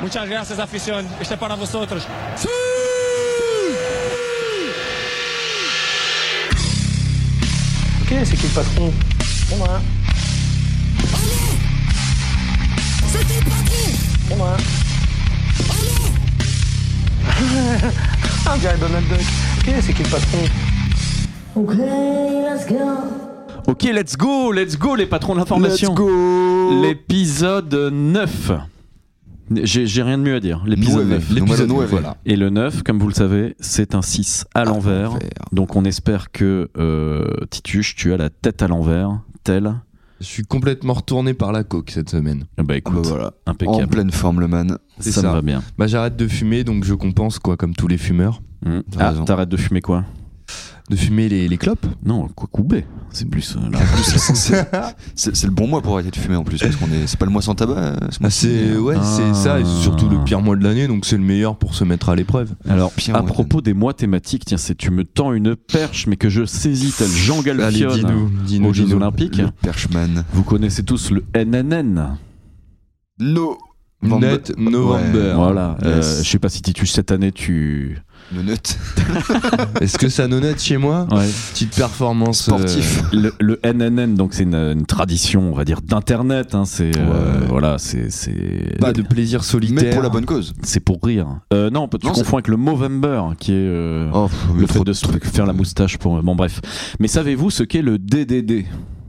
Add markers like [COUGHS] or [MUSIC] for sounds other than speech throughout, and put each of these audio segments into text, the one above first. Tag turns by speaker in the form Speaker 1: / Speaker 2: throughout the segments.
Speaker 1: Muchas gracias, afición. Este es para vosotros.
Speaker 2: Ok, c'est qui le patron C'est moi. C'est moi. Ah, on dirait Donald Duck. Ok, c'est qui le patron
Speaker 3: Okay, let's go.
Speaker 4: Ok, let's go, let's go, les patrons de l'information.
Speaker 5: Let's go
Speaker 4: L'épisode 9. J'ai j'ai rien de mieux à dire. L'épisode
Speaker 5: Nueve.
Speaker 4: 9.
Speaker 5: Numéro
Speaker 4: L'épisode
Speaker 5: nueve.
Speaker 4: voilà. Et le 9, comme vous le savez, c'est un 6
Speaker 5: Ah,
Speaker 4: à l'envers. Donc on espère que euh, Tituche, tu as la tête à l'envers, telle.
Speaker 5: Je suis complètement retourné par la coke cette semaine.
Speaker 4: Eh Bah écoute,
Speaker 5: Ah voilà.
Speaker 6: En
Speaker 4: impeccable.
Speaker 6: pleine forme, le man.
Speaker 4: Ça,
Speaker 5: c'est
Speaker 4: me
Speaker 5: ça.
Speaker 4: va bien.
Speaker 5: Bah j'arrête de fumer donc je compense quoi comme tous les fumeurs.
Speaker 4: Mm.
Speaker 6: T'as
Speaker 4: Ah,
Speaker 6: raison.
Speaker 4: t'arrêtes de fumer quoi
Speaker 5: De fumer les, les clopes.
Speaker 4: Non, Kokoubé. C'est
Speaker 5: [LAUGHS]
Speaker 4: plus. euh, là.
Speaker 6: C'est c'est le bon mois pour arrêter de fumer en plus, parce qu'on est. C'est pas le mois sans tabac. euh, ce
Speaker 5: Ah,
Speaker 6: mois-ci.
Speaker 5: c'est ouais
Speaker 4: Ah.
Speaker 5: c'est ça et c'est surtout le pire mois de l'année donc c'est le meilleur pour se mettre à l'épreuve.
Speaker 4: Alors,
Speaker 6: Pire,
Speaker 4: à
Speaker 6: ouais.
Speaker 4: propos des mois thématiques, tiens, c'est tu me tends une perche, mais que je saisis tel Jean
Speaker 5: Allez
Speaker 4: Galfion
Speaker 5: dis-nous dis-nous
Speaker 4: aux Jeux
Speaker 5: dis-nous.
Speaker 4: Olympiques.
Speaker 6: Le Perchman.
Speaker 4: Vous connaissez tous le NNN.
Speaker 6: No.
Speaker 5: Net November.
Speaker 4: Voilà. Euh,
Speaker 6: Yes.
Speaker 4: je sais pas si Titus cette année tu.
Speaker 6: Le nut.
Speaker 5: Est-ce que ça nonnette chez moi Petite performance euh,
Speaker 6: Sportif.
Speaker 4: [LAUGHS] Le, le NNN, donc c'est une, une tradition, on va dire, d'internet. hein, c'est euh,
Speaker 5: Ouais.
Speaker 4: voilà, c'est c'est
Speaker 5: euh,
Speaker 6: Bah,
Speaker 5: pas de plaisir solitaire.
Speaker 6: Mais pour la bonne cause.
Speaker 4: c'est pour rire. Euh, non, tu
Speaker 6: Non, c'est-
Speaker 4: confonds avec le Movember, qui est euh,
Speaker 6: Oh, pff,
Speaker 4: le
Speaker 6: mais
Speaker 4: fait
Speaker 6: trop
Speaker 4: de se faire la moustache pour. euh, Bon bref. Mais savez-vous ce qu'est le DDD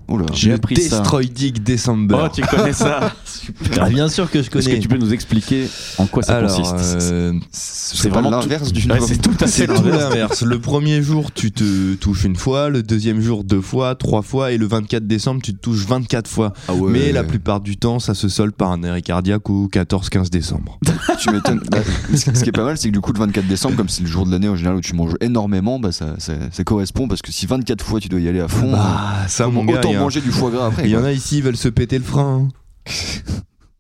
Speaker 6: Oula.
Speaker 4: J'ai
Speaker 5: Le
Speaker 4: appris ça.
Speaker 5: Destroy Dig
Speaker 6: Bah.
Speaker 5: December.
Speaker 4: Oh, tu connais
Speaker 6: [LAUGHS]
Speaker 4: ça
Speaker 5: Ah, bien sûr que je
Speaker 4: Est-ce que tu peux nous expliquer en quoi ça
Speaker 5: Alors,
Speaker 4: consiste
Speaker 5: euh,
Speaker 6: C'est
Speaker 4: vraiment
Speaker 6: vraiment l'inverse du
Speaker 4: Ouais, C'est tout
Speaker 6: [LAUGHS]
Speaker 4: à fait
Speaker 5: c'est
Speaker 4: l'inverse.
Speaker 5: tout l'inverse. Le premier jour, tu te touches une fois, le deuxième jour, deux fois, trois fois, et le 24 décembre, tu te touches 24 fois.
Speaker 6: Ah ouais.
Speaker 5: Mais la plupart du temps, ça se solde par un arrêt cardiaque au 14-15 décembre.
Speaker 6: Tu m'étonnes. [LAUGHS] Bah, ce ce qui est pas mal, c'est que du coup, le 24 décembre, comme c'est le jour de l'année en général où tu manges énormément, bah, ça, ça, ça correspond parce que si 24 fois tu dois y aller à fond,
Speaker 5: Bah, ça,
Speaker 6: euh,
Speaker 5: mon gars,
Speaker 6: autant
Speaker 5: il y a-
Speaker 6: manger du foie gras après.
Speaker 5: il y
Speaker 6: quoi.
Speaker 5: en a ici, ils veulent se péter le frein. hein.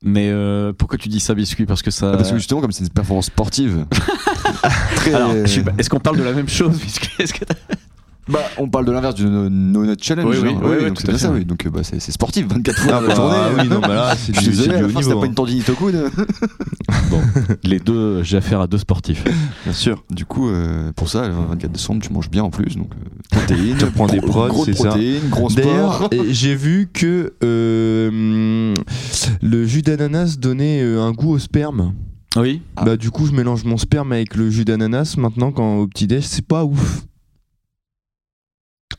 Speaker 4: Mais euh, pourquoi tu dis ça, biscuit Parce que ça.
Speaker 6: Ah,
Speaker 5: euh,
Speaker 6: parce que justement, comme c'est une performance
Speaker 5: [LAUGHS]
Speaker 6: sportive, très.
Speaker 4: Alors, je sais pas, est-ce qu'on parle de la même chose biscuit Est-ce que t'as-
Speaker 6: Bah, on parle de l'inverse du No No Nut Challenge.
Speaker 4: Oui, oui,
Speaker 6: hein.
Speaker 4: oui, oui,
Speaker 6: donc
Speaker 4: tout
Speaker 6: c'est
Speaker 4: à
Speaker 6: bien
Speaker 4: fait,
Speaker 6: ça,
Speaker 4: oui.
Speaker 6: oui. Donc euh, bah, c'est c'est sportif, 24 fois
Speaker 5: Ah,
Speaker 6: dans la journée.
Speaker 5: bah, oui, non, bah là, c'est
Speaker 6: Je suis
Speaker 5: du, c'est
Speaker 6: désolé, à
Speaker 5: du
Speaker 6: la
Speaker 5: haut
Speaker 6: fin, si t'as
Speaker 5: niveau. hein.
Speaker 6: pas une tendinite au coude.
Speaker 4: hein. Bon, les deux, j'ai affaire à deux sportifs.
Speaker 5: Bien sûr.
Speaker 6: Du coup, euh, pour ça, le 24 décembre, tu manges bien en plus. Donc, euh,
Speaker 4: [LAUGHS]
Speaker 6: protéines,
Speaker 5: Tu reprends des
Speaker 6: gros-
Speaker 5: prods,
Speaker 6: grosses
Speaker 5: c'est ça.
Speaker 6: protéines, gros
Speaker 5: D'ailleurs,
Speaker 6: sport. Ah,
Speaker 5: euh, j'ai vu que euh, le jus d'ananas donnait euh, un goût au sperme.
Speaker 4: [LAUGHS] Oui.
Speaker 6: Ah.
Speaker 5: Bah du coup, je mélange mon sperme avec le jus d'ananas maintenant quand au petit déj, c'est pas ouf.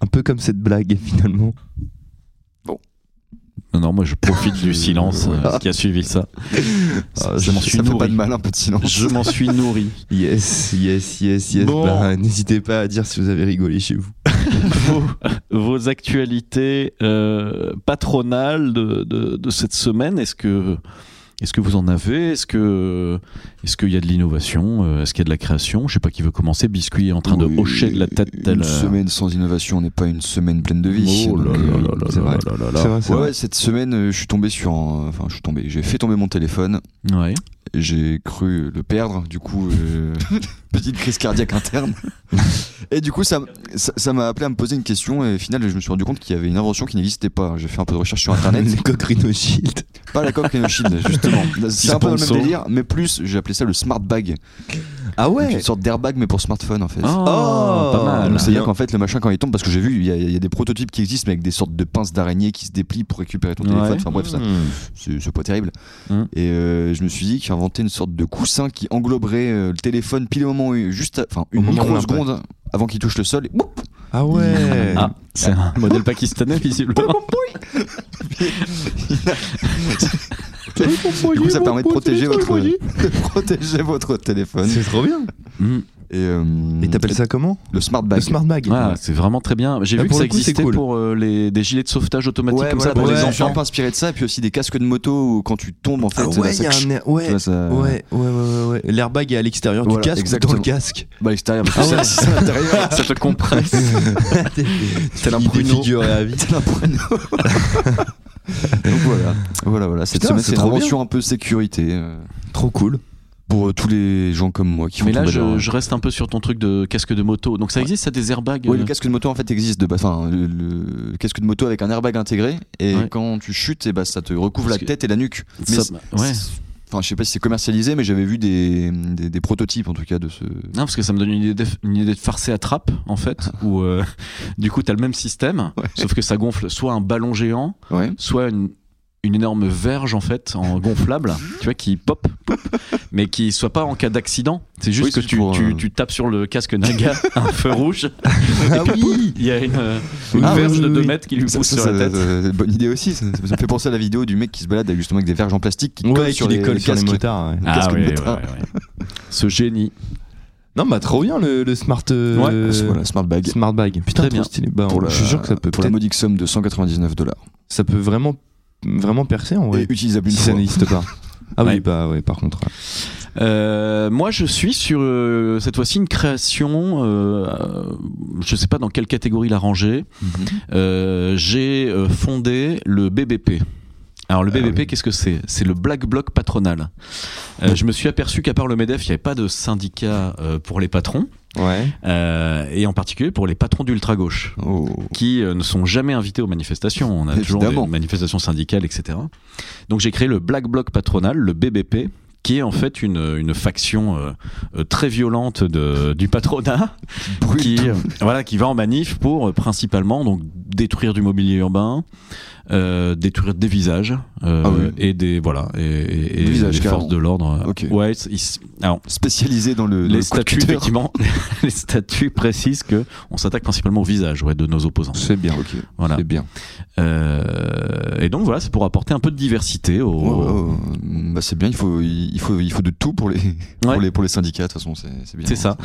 Speaker 5: Un peu comme cette blague [LAUGHS] finalement.
Speaker 4: Non, non, moi je profite [LAUGHS] du silence
Speaker 6: Ouais.
Speaker 4: euh, qui a suivi ça.
Speaker 6: Ça-
Speaker 4: je
Speaker 6: ça-
Speaker 4: m'en suis
Speaker 6: Ça fait pas
Speaker 4: nourri.
Speaker 6: de mal un peu de silence.
Speaker 4: [LAUGHS] Je m'en suis nourri.
Speaker 5: Yes, yes, yes, yes.
Speaker 4: Bon.
Speaker 5: Bah, n'hésitez pas à dire si vous avez rigolé chez vous.
Speaker 4: Vos, vos actualités euh, patronales de, de- de cette semaine, est-ce que, est que vous en avez Est-ce que- est-ce qu'il est y a de l'innovation Euh, Est-ce qu'il y a de la création Je sais pas qui veut commencer. Biscuit est en train
Speaker 6: Oui,
Speaker 4: de hocher de la tête tel.
Speaker 6: Une semaine sans innovation n'est pas une semaine pleine de vie.
Speaker 4: Oh là
Speaker 6: donc,
Speaker 4: là
Speaker 6: euh,
Speaker 4: là là
Speaker 6: c'est
Speaker 4: là
Speaker 6: vrai.
Speaker 4: là là là.
Speaker 5: C'est vrai, c'est
Speaker 6: Ouais,
Speaker 5: vrai.
Speaker 6: ouais, cette semaine, euh, je suis tombé sur un- Enfin, je suis tombé. J'ai fait tomber mon téléphone.
Speaker 4: Ouais.
Speaker 6: et J'ai cru le perdre. Du coup,
Speaker 4: [LAUGHS]
Speaker 6: euh, petite crise cardiaque interne. Et du coup, ça ça ça m'a appelé à me poser une question. Et au final, je me suis rendu compte qu'il y avait une invention qui n'existait pas. J'ai fait un peu de recherche sur
Speaker 4: [LAUGHS]
Speaker 6: internet.
Speaker 5: Le coq Rhino Shield.
Speaker 6: Pas la coque Shield, justement. C'est un peu dans le même
Speaker 4: Sponsor.
Speaker 6: délire, mais plus, j'ai appelé ça le smart bag.
Speaker 5: Ah
Speaker 6: Donc, Une sorte d'airbag, mais pour smartphone, en fait.
Speaker 4: Oh,
Speaker 5: Oh,
Speaker 4: pas mal.
Speaker 6: Donc, C'est-à-dire
Speaker 5: bien.
Speaker 6: qu'en fait, le machin, quand il tombe, parce que j'ai vu, il y, a- il y a des prototypes qui existent, mais avec des sortes de pinces d'araignée qui se déplient pour récupérer ton
Speaker 4: Ouais.
Speaker 6: téléphone. Enfin bref, ça,
Speaker 5: Hmm.
Speaker 6: c'est c'est pas terrible.
Speaker 4: Mm.
Speaker 6: Et euh, je me suis dit qu'inventer une sorte de coussin qui engloberait euh, le téléphone pile au moment, où- juste, à- enfin, une
Speaker 5: moment de
Speaker 6: microseconde avant qu'il touche le sol, et boum,
Speaker 5: [LAUGHS] Ah ouais.
Speaker 4: Ah, c'est un modèle pakistanais visiblement.
Speaker 6: du coup, ça permet de protéger votre, [LAUGHS] de protéger votre téléphone.
Speaker 5: C'est trop bien.
Speaker 4: Mm.
Speaker 6: Et, euh,
Speaker 5: Et t'appelles ça comment
Speaker 6: le smart bag.
Speaker 5: Le smart bag.
Speaker 4: Ah, c'est vraiment très bien. J'ai
Speaker 5: Là,
Speaker 4: vu que
Speaker 5: pour
Speaker 4: ça
Speaker 5: le coup, c'est
Speaker 4: existait
Speaker 5: cool.
Speaker 4: pour euh, les, des gilets de sauvetage automatiques
Speaker 6: Ouais,
Speaker 4: comme
Speaker 6: voilà,
Speaker 4: ça pour
Speaker 5: ouais.
Speaker 4: les
Speaker 6: Je suis un
Speaker 4: enfants.
Speaker 6: peu inspiré de ça, et puis aussi des casques de moto où quand tu tombes, en fait,
Speaker 5: Ah ouais,
Speaker 6: ça-
Speaker 5: il y a un air- ouais.
Speaker 6: ça- ça-
Speaker 5: Ouais, ouais, ouais, ouais, ouais. euh, L'airbag est à l'extérieur
Speaker 6: Voilà,
Speaker 5: du casque ou dans le [LAUGHS]
Speaker 6: exactement.
Speaker 5: casque.
Speaker 6: Bah, à l'extérieur, parce que
Speaker 5: Ah ouais.
Speaker 6: ça, si c'est à l'intérieur.
Speaker 4: Ça te compresse.
Speaker 5: C'est
Speaker 4: un
Speaker 5: la
Speaker 4: pruneau.
Speaker 5: figure à vie.
Speaker 6: [LAUGHS] C'est
Speaker 5: [LAUGHS]
Speaker 6: un pruneau. Donc voilà, voilà, voilà. Cette
Speaker 5: Putain,
Speaker 6: semaine,
Speaker 5: c'est
Speaker 6: c'est une
Speaker 5: trop
Speaker 6: invention un peu sécurité euh,
Speaker 5: Trop cool.
Speaker 6: pour euh, tous les gens comme moi qui
Speaker 4: Mais
Speaker 6: font
Speaker 4: là,
Speaker 6: tomber
Speaker 4: je,
Speaker 6: leur-
Speaker 4: je reste un peu sur ton truc de casque de moto. Donc ça existe, ça, des airbags
Speaker 6: Ouais,
Speaker 4: euh,
Speaker 6: le casque de moto en fait existe de base. Enfin, le, le casque de moto avec un airbag intégré et
Speaker 4: Ouais.
Speaker 6: quand tu chutes, et bah, ça te recouvre
Speaker 4: Parce
Speaker 6: la
Speaker 4: que-
Speaker 6: tête et la nuque. Mais
Speaker 4: ça-
Speaker 6: c'est-
Speaker 4: ouais.
Speaker 6: c'est- Enfin, je sais pas si c'est commercialisé, mais j'avais vu des, des, des prototypes en tout cas de ce.
Speaker 4: Non, parce que ça me donne une idée, de- une idée de farcé à trappe, en
Speaker 6: [LAUGHS]
Speaker 4: fait, où euh, du coup, t'as le même système,
Speaker 6: Ouais.
Speaker 4: sauf que ça gonfle soit un ballon géant,
Speaker 6: Ouais.
Speaker 4: soit une, une énorme verge, en fait, en
Speaker 6: [LAUGHS]
Speaker 4: gonflable, tu vois, qui pop, pop, mais qui soit pas en cas d'accident. C'est juste
Speaker 6: Oui,
Speaker 4: que
Speaker 6: c'est
Speaker 4: tu,
Speaker 6: pour,
Speaker 4: tu,
Speaker 6: euh, Ah
Speaker 4: tu tapes sur le casque d'un
Speaker 6: [LAUGHS]
Speaker 4: gars un feu rouge, et puis, pouf, il y a une, euh, une
Speaker 5: Ah, oui,
Speaker 4: verge
Speaker 5: oui,
Speaker 4: de
Speaker 5: oui.
Speaker 4: 2 mètres qui lui
Speaker 6: Ça-
Speaker 4: pousse
Speaker 6: ça,
Speaker 4: sur
Speaker 6: ça-
Speaker 4: la tête.
Speaker 6: ça- ça- bonne idée aussi. Ça, ça- ça me fait penser à la vidéo du mec qui se balade avec, justement avec des verges en plastique qui collent
Speaker 5: Ouais,
Speaker 6: sur
Speaker 5: qui
Speaker 6: les,
Speaker 5: décolle
Speaker 6: les
Speaker 5: sur les
Speaker 6: casques.
Speaker 5: motards. ouais.
Speaker 6: Le casque de motard.
Speaker 4: ouais. Ce génie.
Speaker 5: Non, bah trop bien le, le smart,
Speaker 6: Ouais,
Speaker 5: euh,
Speaker 6: voilà, smart bag.
Speaker 5: smart bag. Putain,
Speaker 4: Très
Speaker 5: trop
Speaker 4: bien.
Speaker 5: stylé. Bah,
Speaker 6: Pour
Speaker 5: on-
Speaker 6: la-
Speaker 5: je suis sûr que ça peut,
Speaker 6: Pour la
Speaker 5: peut-être-
Speaker 6: modique somme de 199 dollars.
Speaker 5: ça peut vraiment, vraiment percer en vrai.
Speaker 6: Et utilisable une
Speaker 5: Si ça
Speaker 6: fois.
Speaker 5: n'existe [LAUGHS] pas. Ah
Speaker 4: Ouais.
Speaker 5: oui, bah ouais, par contre. ouais.
Speaker 4: Euh, moi, je suis sur euh, cette fois-ci une création. euh, euh, je sais pas dans quelle catégorie la ranger.
Speaker 6: Mhm.
Speaker 4: Euh, J'ai euh, fondé le BBP. Alors le
Speaker 5: Ah
Speaker 4: BBP,
Speaker 5: oui.
Speaker 4: qu'est-ce que c'est C'est le Black Bloc patronal. Euh, je me suis aperçu qu'à part le Medef, il n'y avait pas de syndicat euh, pour les patrons,
Speaker 5: Ouais.
Speaker 4: euh, et en particulier pour les patrons d'ultra gauche
Speaker 6: Oh.
Speaker 4: qui euh, ne sont jamais invités aux manifestations. On a toujours
Speaker 6: Évidemment.
Speaker 4: des manifestations syndicales, etc. Donc j'ai créé le Black Bloc patronal, le BBP, qui est en fait une, une faction euh, euh, très violente de, du patronat,
Speaker 6: Brut.
Speaker 4: qui, euh, voilà, qui va en manif pour euh, principalement donc, détruire du mobilier urbain, euh, détruire des visages euh,
Speaker 6: Ah oui.
Speaker 4: et des voilà et, et- et
Speaker 6: Des visages,
Speaker 4: les
Speaker 6: carrément.
Speaker 4: forces de l'ordre. euh,
Speaker 6: Ok.
Speaker 4: Ouais, ils s- alors,
Speaker 6: Spécialisé dans le. dans
Speaker 4: les
Speaker 6: le coup de
Speaker 4: statuts
Speaker 6: cutter.
Speaker 4: effectivement, [LAUGHS] les statuts précisent que on s'attaque principalement au visage ouais, de nos opposants.
Speaker 5: C'est bien.
Speaker 6: Ok.
Speaker 4: Voilà.
Speaker 5: C'est bien.
Speaker 4: Euh, et donc voilà, c'est pour apporter un peu de diversité au.
Speaker 6: Ouais, ouais, ouais. Bah, c'est bien, il faut, il, faut, il faut de tout pour les,
Speaker 4: Ouais.
Speaker 6: pour les, pour les syndicats, de toute façon, c'est c'est bien.
Speaker 4: C'est ça.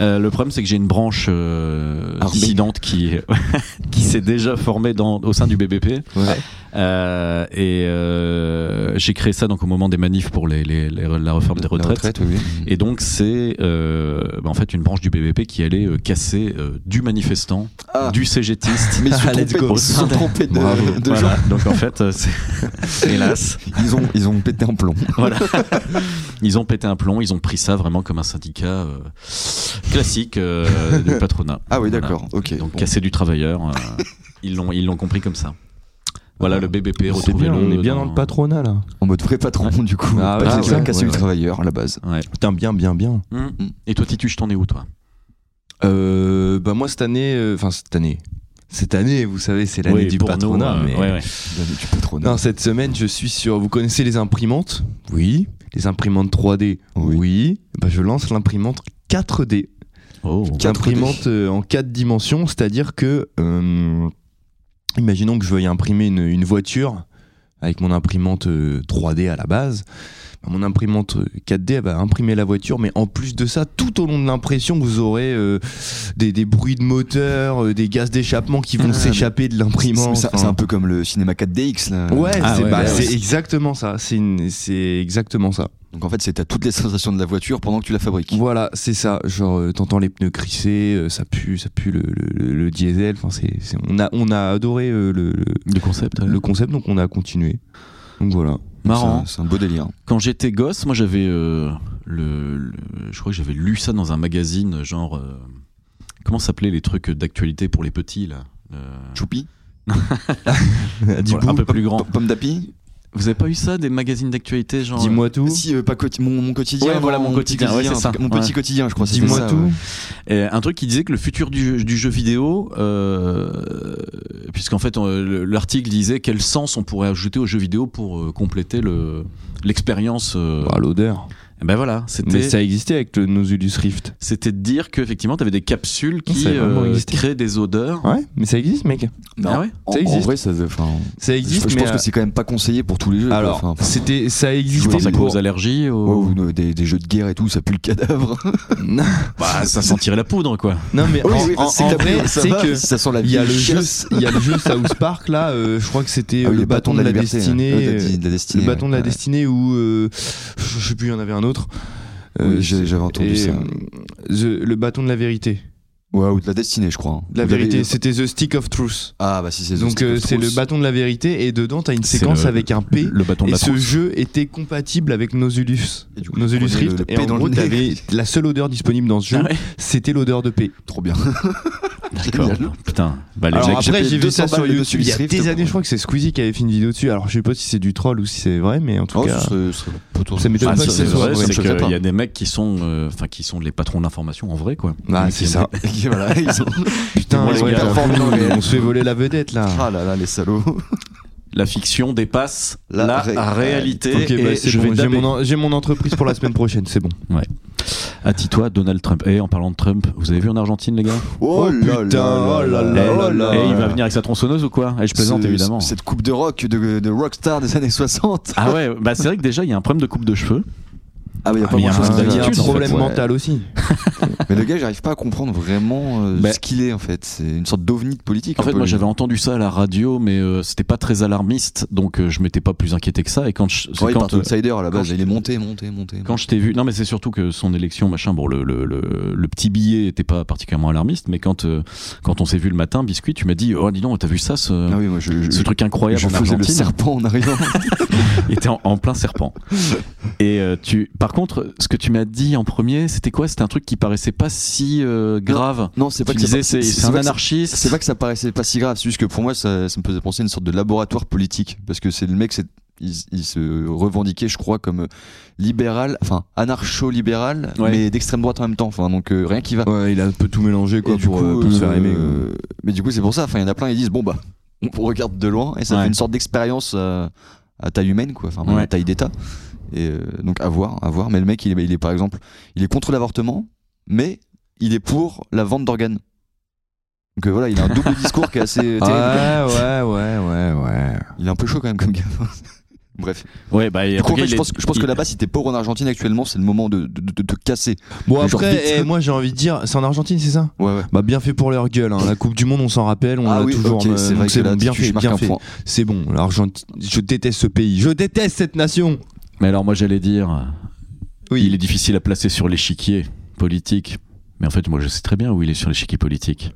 Speaker 4: Euh, le problème, c'est que j'ai une branche euh,
Speaker 6: Armée.
Speaker 4: dissidente qui, [LAUGHS] qui s'est déjà formée dans, au sein du BBP.
Speaker 6: Ouais.
Speaker 4: Euh, et euh, j'ai créé ça donc, au moment des manifs pour les, les- les- la réforme des
Speaker 6: La
Speaker 4: retraites.
Speaker 6: retraite, oui, oui.
Speaker 4: Et donc, c'est euh, bah, en fait une branche du BBP qui allait euh, casser euh, du manifestant,
Speaker 6: Ah.
Speaker 4: du CGTiste.
Speaker 6: [LAUGHS] Mais ils se sont
Speaker 5: Ah, let's
Speaker 6: trompés-
Speaker 5: go.
Speaker 6: ils se sont trompés [LAUGHS] de,
Speaker 5: Bravo.
Speaker 6: de
Speaker 4: Voilà. Donc en fait, euh, c'est-
Speaker 6: [LAUGHS]
Speaker 4: hélas.
Speaker 6: gens. Ils ont, ils ont pété un plomb.
Speaker 4: Voilà. ils ont pété un plomb, ils ont pris ça vraiment comme un syndicat euh, classique euh, du patronat.
Speaker 6: Ah oui,
Speaker 4: Voilà.
Speaker 6: d'accord, ok.
Speaker 4: Donc
Speaker 6: Bon.
Speaker 4: casser du travailleur, euh,
Speaker 6: [LAUGHS]
Speaker 4: ils l'ont ils l'ont compris comme ça. Voilà le BBP,
Speaker 5: C'est
Speaker 4: retrouvez-le.
Speaker 5: bien, on est bien dans le patronat là.
Speaker 6: En mode vrai patron, du coup.
Speaker 5: Ah
Speaker 6: pas
Speaker 5: ouais,
Speaker 6: quelqu'un
Speaker 5: ouais,
Speaker 6: qui a
Speaker 5: ouais,
Speaker 6: du
Speaker 5: ouais.
Speaker 6: travailleur à la base.
Speaker 5: Putain, bien, bien, bien.
Speaker 4: Hmm. Et toi Titus, je t'en ai où toi
Speaker 5: Euh, bah moi cette année, euh, enfin cette année, cette année, vous savez, c'est l'année
Speaker 4: Oui,
Speaker 5: du
Speaker 4: pour nous,
Speaker 5: patronat.
Speaker 4: euh,
Speaker 5: mais-
Speaker 4: ouais, ouais.
Speaker 6: L'année du patronat.
Speaker 5: Non, cette semaine, je suis sur. Vous connaissez les imprimantes Oui. Les imprimantes 3D
Speaker 6: Oui.
Speaker 5: Bah, je lance l'imprimante 4D.
Speaker 4: Oh.
Speaker 6: 4D.
Speaker 5: L'imprimante euh, en 4 dimensions, c'est-à-dire que. euh, imaginons que je veuille imprimer une, une voiture avec mon imprimante euh, 3D à la base. Bah, mon imprimante euh, 4D elle va imprimer la voiture, mais en plus de ça, tout au long de l'impression, vous aurez euh, des, des bruits de moteur, euh, des gaz d'échappement qui vont
Speaker 6: Ah,
Speaker 5: s'échapper de
Speaker 6: C'est-
Speaker 5: l'imprimante.
Speaker 6: C'est c'est
Speaker 5: enfin.
Speaker 6: un peu comme le cinéma 4DX là.
Speaker 5: Ouais,
Speaker 4: Ah
Speaker 5: c'est
Speaker 4: ouais,
Speaker 5: bah,
Speaker 4: ouais,
Speaker 5: c'est
Speaker 4: ouais.
Speaker 5: exactement ça. C'est une- c'est exactement ça.
Speaker 6: Donc en fait, c'est à toutes les sensations de la voiture pendant que tu la fabriques.
Speaker 5: Voilà, c'est ça. Genre, euh, t'entends les pneus crisser, euh, ça pue, ça pue le, le- le- le diesel. Enfin, c'est, c'est- on a, on a adoré euh, le, le-
Speaker 4: Le concept. ouais.
Speaker 5: le concept, donc on a continué. Donc voilà.
Speaker 4: Marrant.
Speaker 6: C'est un- C'est un beau délire.
Speaker 4: Quand j'étais gosse, moi j'avais euh, le, le- je crois que j'avais lu ça dans un magazine genre euh, comment s'appelaient les trucs d'actualité pour les petits là. Euh,
Speaker 6: Choupi,
Speaker 5: Du
Speaker 4: voilà, un
Speaker 5: coup,
Speaker 4: peu plus grand.
Speaker 6: P- pomme d'api.
Speaker 4: Vous avez pas eu ça des magazines d'actualité genre
Speaker 5: dis-moi tout.
Speaker 6: Si, euh, pas quoti- mon, mon quotidien.
Speaker 4: Ouais, voilà, mon quotidien, ouais, c'est ça.
Speaker 6: Mon petit
Speaker 4: Ouais.
Speaker 6: quotidien, je crois. c'était
Speaker 5: Dis-moi
Speaker 6: ça,
Speaker 5: tout.
Speaker 6: ouais.
Speaker 4: euh, un truc qui disait que le futur du, du jeu vidéo, euh, puisqu'en fait on- le- l'article disait quel sens on pourrait ajouter au jeu vidéo pour euh, compléter le l'expérience. euh,
Speaker 5: Bah, l'odeur.
Speaker 4: eh Ben voilà,
Speaker 5: Mais
Speaker 4: c'était
Speaker 5: ça existait avec le Nosulus Rift.
Speaker 4: c'était de dire que effectivement t'avais des capsules qui
Speaker 5: Ça a vraiment
Speaker 4: euh,
Speaker 5: existé.
Speaker 4: créaient des odeurs.
Speaker 5: Ouais, mais ça existe, mec.
Speaker 6: Non.
Speaker 4: Ah ouais
Speaker 6: En,
Speaker 5: Ça
Speaker 6: en
Speaker 5: existe.
Speaker 6: vrai, ça. Enfin,
Speaker 5: Ça
Speaker 6: je-
Speaker 5: existe,
Speaker 6: je,
Speaker 5: mais
Speaker 6: pense que
Speaker 5: euh,
Speaker 6: c'est quand même pas conseillé pour tous les jeux. quoi.
Speaker 5: alors,
Speaker 6: Enfin,
Speaker 5: c'était, ça
Speaker 4: Je
Speaker 5: existait Oh,
Speaker 4: pense à
Speaker 5: pour-
Speaker 4: aux allergies,
Speaker 6: ouais,
Speaker 4: aux...
Speaker 6: ou de- des, des jeux de guerre et tout, ça pue le cadavre.
Speaker 5: non, [LAUGHS]
Speaker 4: Bah, ça sentirait la poudre quoi.
Speaker 6: [LAUGHS]
Speaker 5: mais en, en- en vrai, c'est que
Speaker 6: ça sent la
Speaker 5: Il y a
Speaker 6: vieille
Speaker 5: le jeu,
Speaker 6: chiasse.
Speaker 5: il y a le jeu South Park là. euh, je crois que c'était
Speaker 6: Ah oui,
Speaker 5: euh, le
Speaker 6: les
Speaker 5: bâton
Speaker 6: bâtons
Speaker 5: de la,
Speaker 6: liberté,
Speaker 5: destinée.
Speaker 6: hein. Ouais, de la-
Speaker 5: euh,
Speaker 6: de la
Speaker 5: le
Speaker 6: destinée,
Speaker 5: bâton de la
Speaker 6: ouais.
Speaker 5: destinée où euh, je sais plus, il y en avait un autre.
Speaker 6: Oui, j'ai- j'avais entendu
Speaker 5: et,
Speaker 6: ça.
Speaker 5: euh, The- le bâton de la vérité.
Speaker 6: Ouais, ou de la destinée, je crois. hein.
Speaker 5: De la
Speaker 6: Ou de
Speaker 5: vérité, c'était The Stick of Truth.
Speaker 6: Ah bah si c'est
Speaker 5: Donc euh, c'est le
Speaker 6: bâton
Speaker 5: bâton de la vérité et dedans t'as une
Speaker 4: C'est
Speaker 5: séquence
Speaker 4: le-
Speaker 5: avec un P.
Speaker 4: Le bâton de
Speaker 5: Et
Speaker 4: la
Speaker 5: ce
Speaker 4: trousse.
Speaker 5: jeu était compatible avec Nosulus,
Speaker 6: Et du coup,
Speaker 5: Nosulus
Speaker 6: tu prenais
Speaker 5: Rift.
Speaker 6: le- le
Speaker 5: et
Speaker 6: P
Speaker 5: en
Speaker 6: dans le
Speaker 5: gros,
Speaker 6: nez. Ah
Speaker 5: t'avais la seule odeur disponible dans ce jeu,
Speaker 4: Ah ouais.
Speaker 5: c'était l'odeur de P.
Speaker 6: Trop bien.
Speaker 4: D'accord. Putain. Bah, les
Speaker 5: Alors
Speaker 4: mecs,
Speaker 6: j'ai
Speaker 5: après,
Speaker 6: payé
Speaker 5: j'ai vu
Speaker 6: 200
Speaker 5: ça sur
Speaker 6: balles de
Speaker 5: YouTube il y a
Speaker 6: Swift
Speaker 5: des
Speaker 6: pour-
Speaker 5: années, je crois que c'est Squeezie qui avait fait une vidéo dessus. Alors je sais pas si c'est du troll ou si c'est vrai, mais en tout
Speaker 6: Oh,
Speaker 5: cas.
Speaker 6: ce serait- ce serait plutôt-
Speaker 5: Ça m'étonne
Speaker 4: Ah,
Speaker 5: pas
Speaker 4: c'est
Speaker 5: que ce
Speaker 4: c'est
Speaker 5: soit
Speaker 4: vrai,
Speaker 5: une
Speaker 6: bonne
Speaker 4: c'est
Speaker 6: chose à
Speaker 4: qu'il
Speaker 6: part.
Speaker 4: y a des mecs qui sont, euh, enfin, qui sont les patrons d'information en vrai, quoi.
Speaker 5: Ah,
Speaker 4: Donc,
Speaker 5: c'est
Speaker 4: il y a
Speaker 5: ça.
Speaker 4: des-
Speaker 6: Et voilà, ils ont.
Speaker 5: Putain,
Speaker 4: les
Speaker 5: ouais,
Speaker 4: gars.
Speaker 5: la Formule
Speaker 6: [LAUGHS]
Speaker 5: 1, on se fait voler la vedette là.
Speaker 6: Ah là là, les salauds.
Speaker 4: La fiction dépasse la,
Speaker 6: La ré-
Speaker 4: réalité.
Speaker 5: Ok,
Speaker 4: et
Speaker 5: bah, c'est
Speaker 4: je
Speaker 5: bon,
Speaker 4: vais
Speaker 5: j'ai
Speaker 4: daber.
Speaker 5: mon, en- j'ai mon entreprise pour la semaine prochaine, c'est bon.
Speaker 4: Attis-toi, Ah, Donald Trump. Et en parlant de Trump, vous avez vu en Argentine, les gars
Speaker 5: Oh putain, oh là là,
Speaker 4: Eh,
Speaker 5: oh là.
Speaker 4: eh, il va venir avec sa tronçonneuse ou quoi Eh, Je plaisante
Speaker 6: Ce-
Speaker 4: évidemment.
Speaker 6: Cette coupe de rock de, de rockstar des années 60.
Speaker 4: Ah ouais, bah c'est vrai que déjà il y a un problème de coupe de cheveux.
Speaker 6: Ah, mais il y a
Speaker 4: Ah,
Speaker 6: pas
Speaker 4: mais il y a
Speaker 6: grand chose
Speaker 4: un-
Speaker 5: Il y a un
Speaker 4: d'habitude, en
Speaker 5: problème
Speaker 4: fait, ouais.
Speaker 5: mental aussi.
Speaker 6: Mais le gars, j'arrive pas à comprendre vraiment euh,
Speaker 4: Bah.
Speaker 6: ce qu'il est en fait. C'est une sorte d'ovni de politique.
Speaker 4: En
Speaker 6: un
Speaker 4: fait,
Speaker 6: peu,
Speaker 4: moi
Speaker 6: lui.
Speaker 4: j'avais entendu ça à la radio, mais euh, c'était pas très alarmiste, donc euh, je m'étais pas plus inquiété que ça. Et quand je, c'est
Speaker 6: Ouais, il
Speaker 4: quand,
Speaker 6: part
Speaker 4: euh,
Speaker 6: outsider à la
Speaker 4: quand
Speaker 6: base.
Speaker 4: je-
Speaker 6: Il est monté, monté, monté.
Speaker 4: quand je t'ai vu, non mais c'est surtout que son élection, machin, bon le, le, le, le petit billet était pas particulièrement alarmiste, mais quand euh, quand on s'est vu le matin, biscuit, tu m'as dit oh dis donc t'as vu ça ce,
Speaker 6: Ah oui, moi je, je,
Speaker 4: ce truc
Speaker 6: je
Speaker 4: incroyable en
Speaker 6: faisais le
Speaker 4: Argentine
Speaker 6: serpent en arrivant.
Speaker 4: Il [LAUGHS] était en, en plein
Speaker 6: [LAUGHS]
Speaker 4: serpent. Et euh, tu, par contre, ce que tu m'as dit en premier, c'était quoi C'était un truc qui paraissait pas si euh, grave.
Speaker 6: non, c'est pas
Speaker 4: tu
Speaker 6: que ça-
Speaker 4: disais c'est c'est
Speaker 6: pas
Speaker 4: un
Speaker 6: que ça-
Speaker 4: anarchiste.
Speaker 6: C'est pas que ça paraissait pas si grave, c'est juste que pour moi ça, ça me faisait penser à une sorte de laboratoire politique. Parce que c'est le mec, c'est, il, il se revendiquait, je crois, comme libéral, enfin anarcho-libéral,
Speaker 4: Ouais.
Speaker 6: mais d'extrême droite en même temps. Enfin, donc euh, rien qui va.
Speaker 5: Ouais, il a un peu tout mélangé
Speaker 6: Et du coup, euh, Mais du coup, c'est pour ça, enfin, il y en a plein, ils disent bon bah, on regarde de loin et ça
Speaker 4: Ouais.
Speaker 6: fait une sorte d'expérience euh, à taille humaine, quoi, enfin, même
Speaker 4: Ouais.
Speaker 6: à taille d'État. Et euh, donc à voir, à voir. Mais le mec, il est, il est par exemple, il est contre l'avortement, mais il est pour la vente d'organes. Donc euh, voilà, il a
Speaker 5: [LAUGHS]
Speaker 6: un double discours qui est assez euh,
Speaker 5: Ouais,
Speaker 6: terrible.
Speaker 5: Ah, ouais, ouais, ouais, ouais.
Speaker 6: Il est un peu chaud quand même comme gars. [LAUGHS] Bref.
Speaker 4: Ouais, bah, et
Speaker 6: Du coup, en
Speaker 4: après,
Speaker 6: fait,
Speaker 4: il
Speaker 6: je
Speaker 4: est-
Speaker 6: pense, je pense que
Speaker 4: il-
Speaker 6: là-bas, si t'es pauvre en Argentine actuellement, c'est le moment de, de, de- de te casser.
Speaker 5: Bon,
Speaker 6: Genre vite.
Speaker 5: après, eh, moi j'ai envie de dire, c'est en Argentine, c'est ça
Speaker 6: Ouais, ouais.
Speaker 5: Bah, bien fait pour leur gueule. hein. La Coupe du Monde, on s'en rappelle, on l'a toujours.
Speaker 6: Ah ok,
Speaker 5: euh,
Speaker 6: c'est
Speaker 5: donc
Speaker 6: vrai que
Speaker 5: c'est
Speaker 6: là,
Speaker 5: bon, bien
Speaker 6: tu
Speaker 5: fait,
Speaker 6: marques
Speaker 5: bien
Speaker 6: un
Speaker 5: fait.
Speaker 6: point.
Speaker 5: C'est bon, l'Argentine, je déteste ce pays, je déteste cette nation.
Speaker 4: Mais alors, moi, j'allais dire,
Speaker 5: Oui,
Speaker 4: il est difficile à placer sur l'échiquier politique. Mais en fait, moi, je sais très bien où il est sur l'échiquier politique.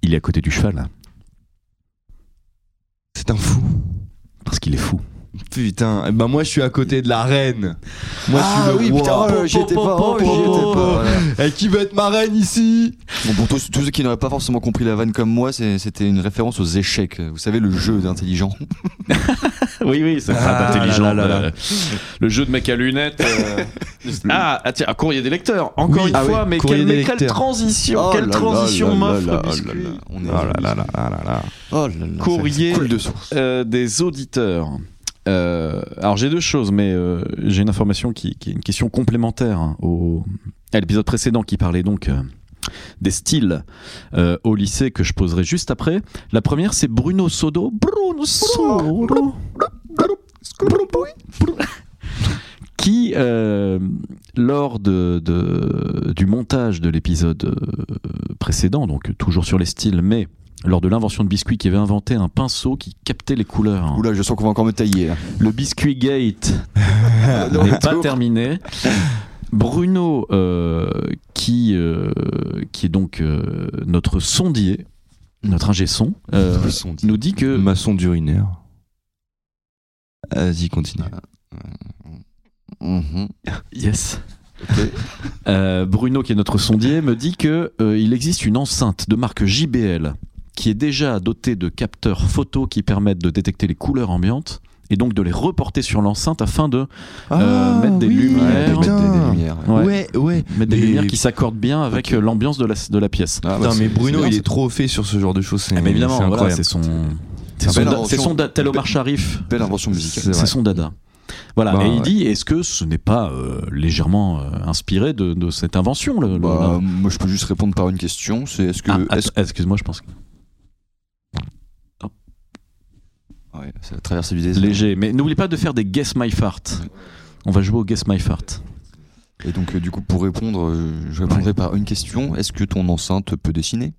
Speaker 4: Il est à côté du cheval,
Speaker 5: c'est un fou.
Speaker 4: parce qu'il est fou.
Speaker 5: Putain, eh ben moi je suis à côté de la reine. Moi je suis le roi.
Speaker 6: oh, j'y étais pas, oh, j'y
Speaker 5: po,
Speaker 6: étais
Speaker 5: po.
Speaker 6: pas. voilà.
Speaker 5: Eh, qui veut être ma reine ici
Speaker 6: Bon, pour tous, tous ceux qui n'auraient pas forcément compris la vanne comme moi, c'est- c'était une référence aux échecs. Vous savez, le jeu [LAUGHS] d'intelligent.
Speaker 4: Oui, oui, c'est
Speaker 5: Ah,
Speaker 4: intelligent.
Speaker 5: là, là, là, là.
Speaker 4: Le jeu de mec à lunettes. euh, ah, ah, tiens, un courrier des lecteurs. Encore
Speaker 5: Oui,
Speaker 4: une
Speaker 5: ah
Speaker 4: fois,
Speaker 5: oui,
Speaker 4: mais
Speaker 5: courrier
Speaker 4: quelle,
Speaker 5: des
Speaker 4: mais quelle
Speaker 5: lecteurs.
Speaker 4: transition, quelle
Speaker 6: Oh
Speaker 4: transition m'offre Biscuit.
Speaker 6: On est
Speaker 5: Oh là là là là là là.
Speaker 6: Oh là là, ça
Speaker 4: Courrier.
Speaker 6: coule de source.
Speaker 4: Euh, des auditeurs. Euh, alors j'ai deux choses, mais euh, j'ai une information qui, qui est une question complémentaire hein, au, à l'épisode précédent qui parlait donc euh, des styles euh, au lycée que je poserai juste après. La première c'est Bruno Sodo. Bruno Sodo. [LAUGHS] Qui, euh, lors de, de- du montage de l'épisode euh, précédent, donc toujours sur les styles, mais lors de l'invention de Biscuit qui avait inventé un pinceau qui captait les couleurs.
Speaker 6: Oula, je sens qu'on va encore me tailler.
Speaker 4: Le Biscuit
Speaker 6: [LAUGHS]
Speaker 4: Gate
Speaker 6: Non,
Speaker 4: n'est pas
Speaker 6: retour.
Speaker 4: terminé. Bruno, euh, qui, euh, qui est donc euh, notre sondier, notre ingé son, euh,
Speaker 6: Le son dit.
Speaker 4: nous dit que
Speaker 5: Maçon d'urinaire. Vas-y, continue.
Speaker 6: Mhm.
Speaker 4: yes.
Speaker 6: Ok.
Speaker 4: Euh, Bruno, qui est notre sondier, me dit que euh, il existe une enceinte de marque JBL qui est déjà dotée de capteurs photo qui permettent de détecter les couleurs ambiantes et donc de les reporter sur l'enceinte afin de Euh, mettre des lumières.
Speaker 6: Mettre des- des
Speaker 5: putain.
Speaker 6: lumières, ouais.
Speaker 4: Ouais.
Speaker 5: Ouais, ouais.
Speaker 4: mettre des
Speaker 5: Mais-
Speaker 4: lumières qui s'accordent bien avec
Speaker 6: Ok.
Speaker 4: euh, l'ambiance de la, de la pièce.
Speaker 6: Ah, bah,
Speaker 5: Putain,
Speaker 6: c'est-
Speaker 5: mais
Speaker 6: c'est
Speaker 5: Bruno,
Speaker 6: bien,
Speaker 5: il
Speaker 6: ça.
Speaker 5: est trop fait sur ce genre de choses. C'est
Speaker 4: Ah, mais évidemment,
Speaker 5: c'est
Speaker 4: voilà,
Speaker 5: incroyable.
Speaker 4: c'est son. C'est
Speaker 6: Belle
Speaker 4: son, da-
Speaker 6: invention.
Speaker 4: c'est son da- tel Omar Sharif,
Speaker 6: Belle invention
Speaker 5: C'est
Speaker 6: musicale.
Speaker 5: vrai.
Speaker 4: c'est son dada. Voilà,
Speaker 5: Bah,
Speaker 4: et il
Speaker 5: ouais.
Speaker 4: dit est-ce que ce n'est pas euh, légèrement euh, inspiré de, de cette invention le, le-
Speaker 6: Bah,
Speaker 4: le-
Speaker 6: moi, je peux juste répondre par une question. C'est est-ce que.
Speaker 4: Ah,
Speaker 6: est-ce-
Speaker 4: attends, Excuse-moi, je pense que
Speaker 6: Ouais, c'est la traversée du désert.
Speaker 4: léger. Mais n'oublie pas de faire des Guess My Fart. On va jouer au Guess My Fart.
Speaker 6: Et donc, euh, du coup, pour répondre, euh, je répondrai par une question. Est-ce que ton enceinte peut dessiner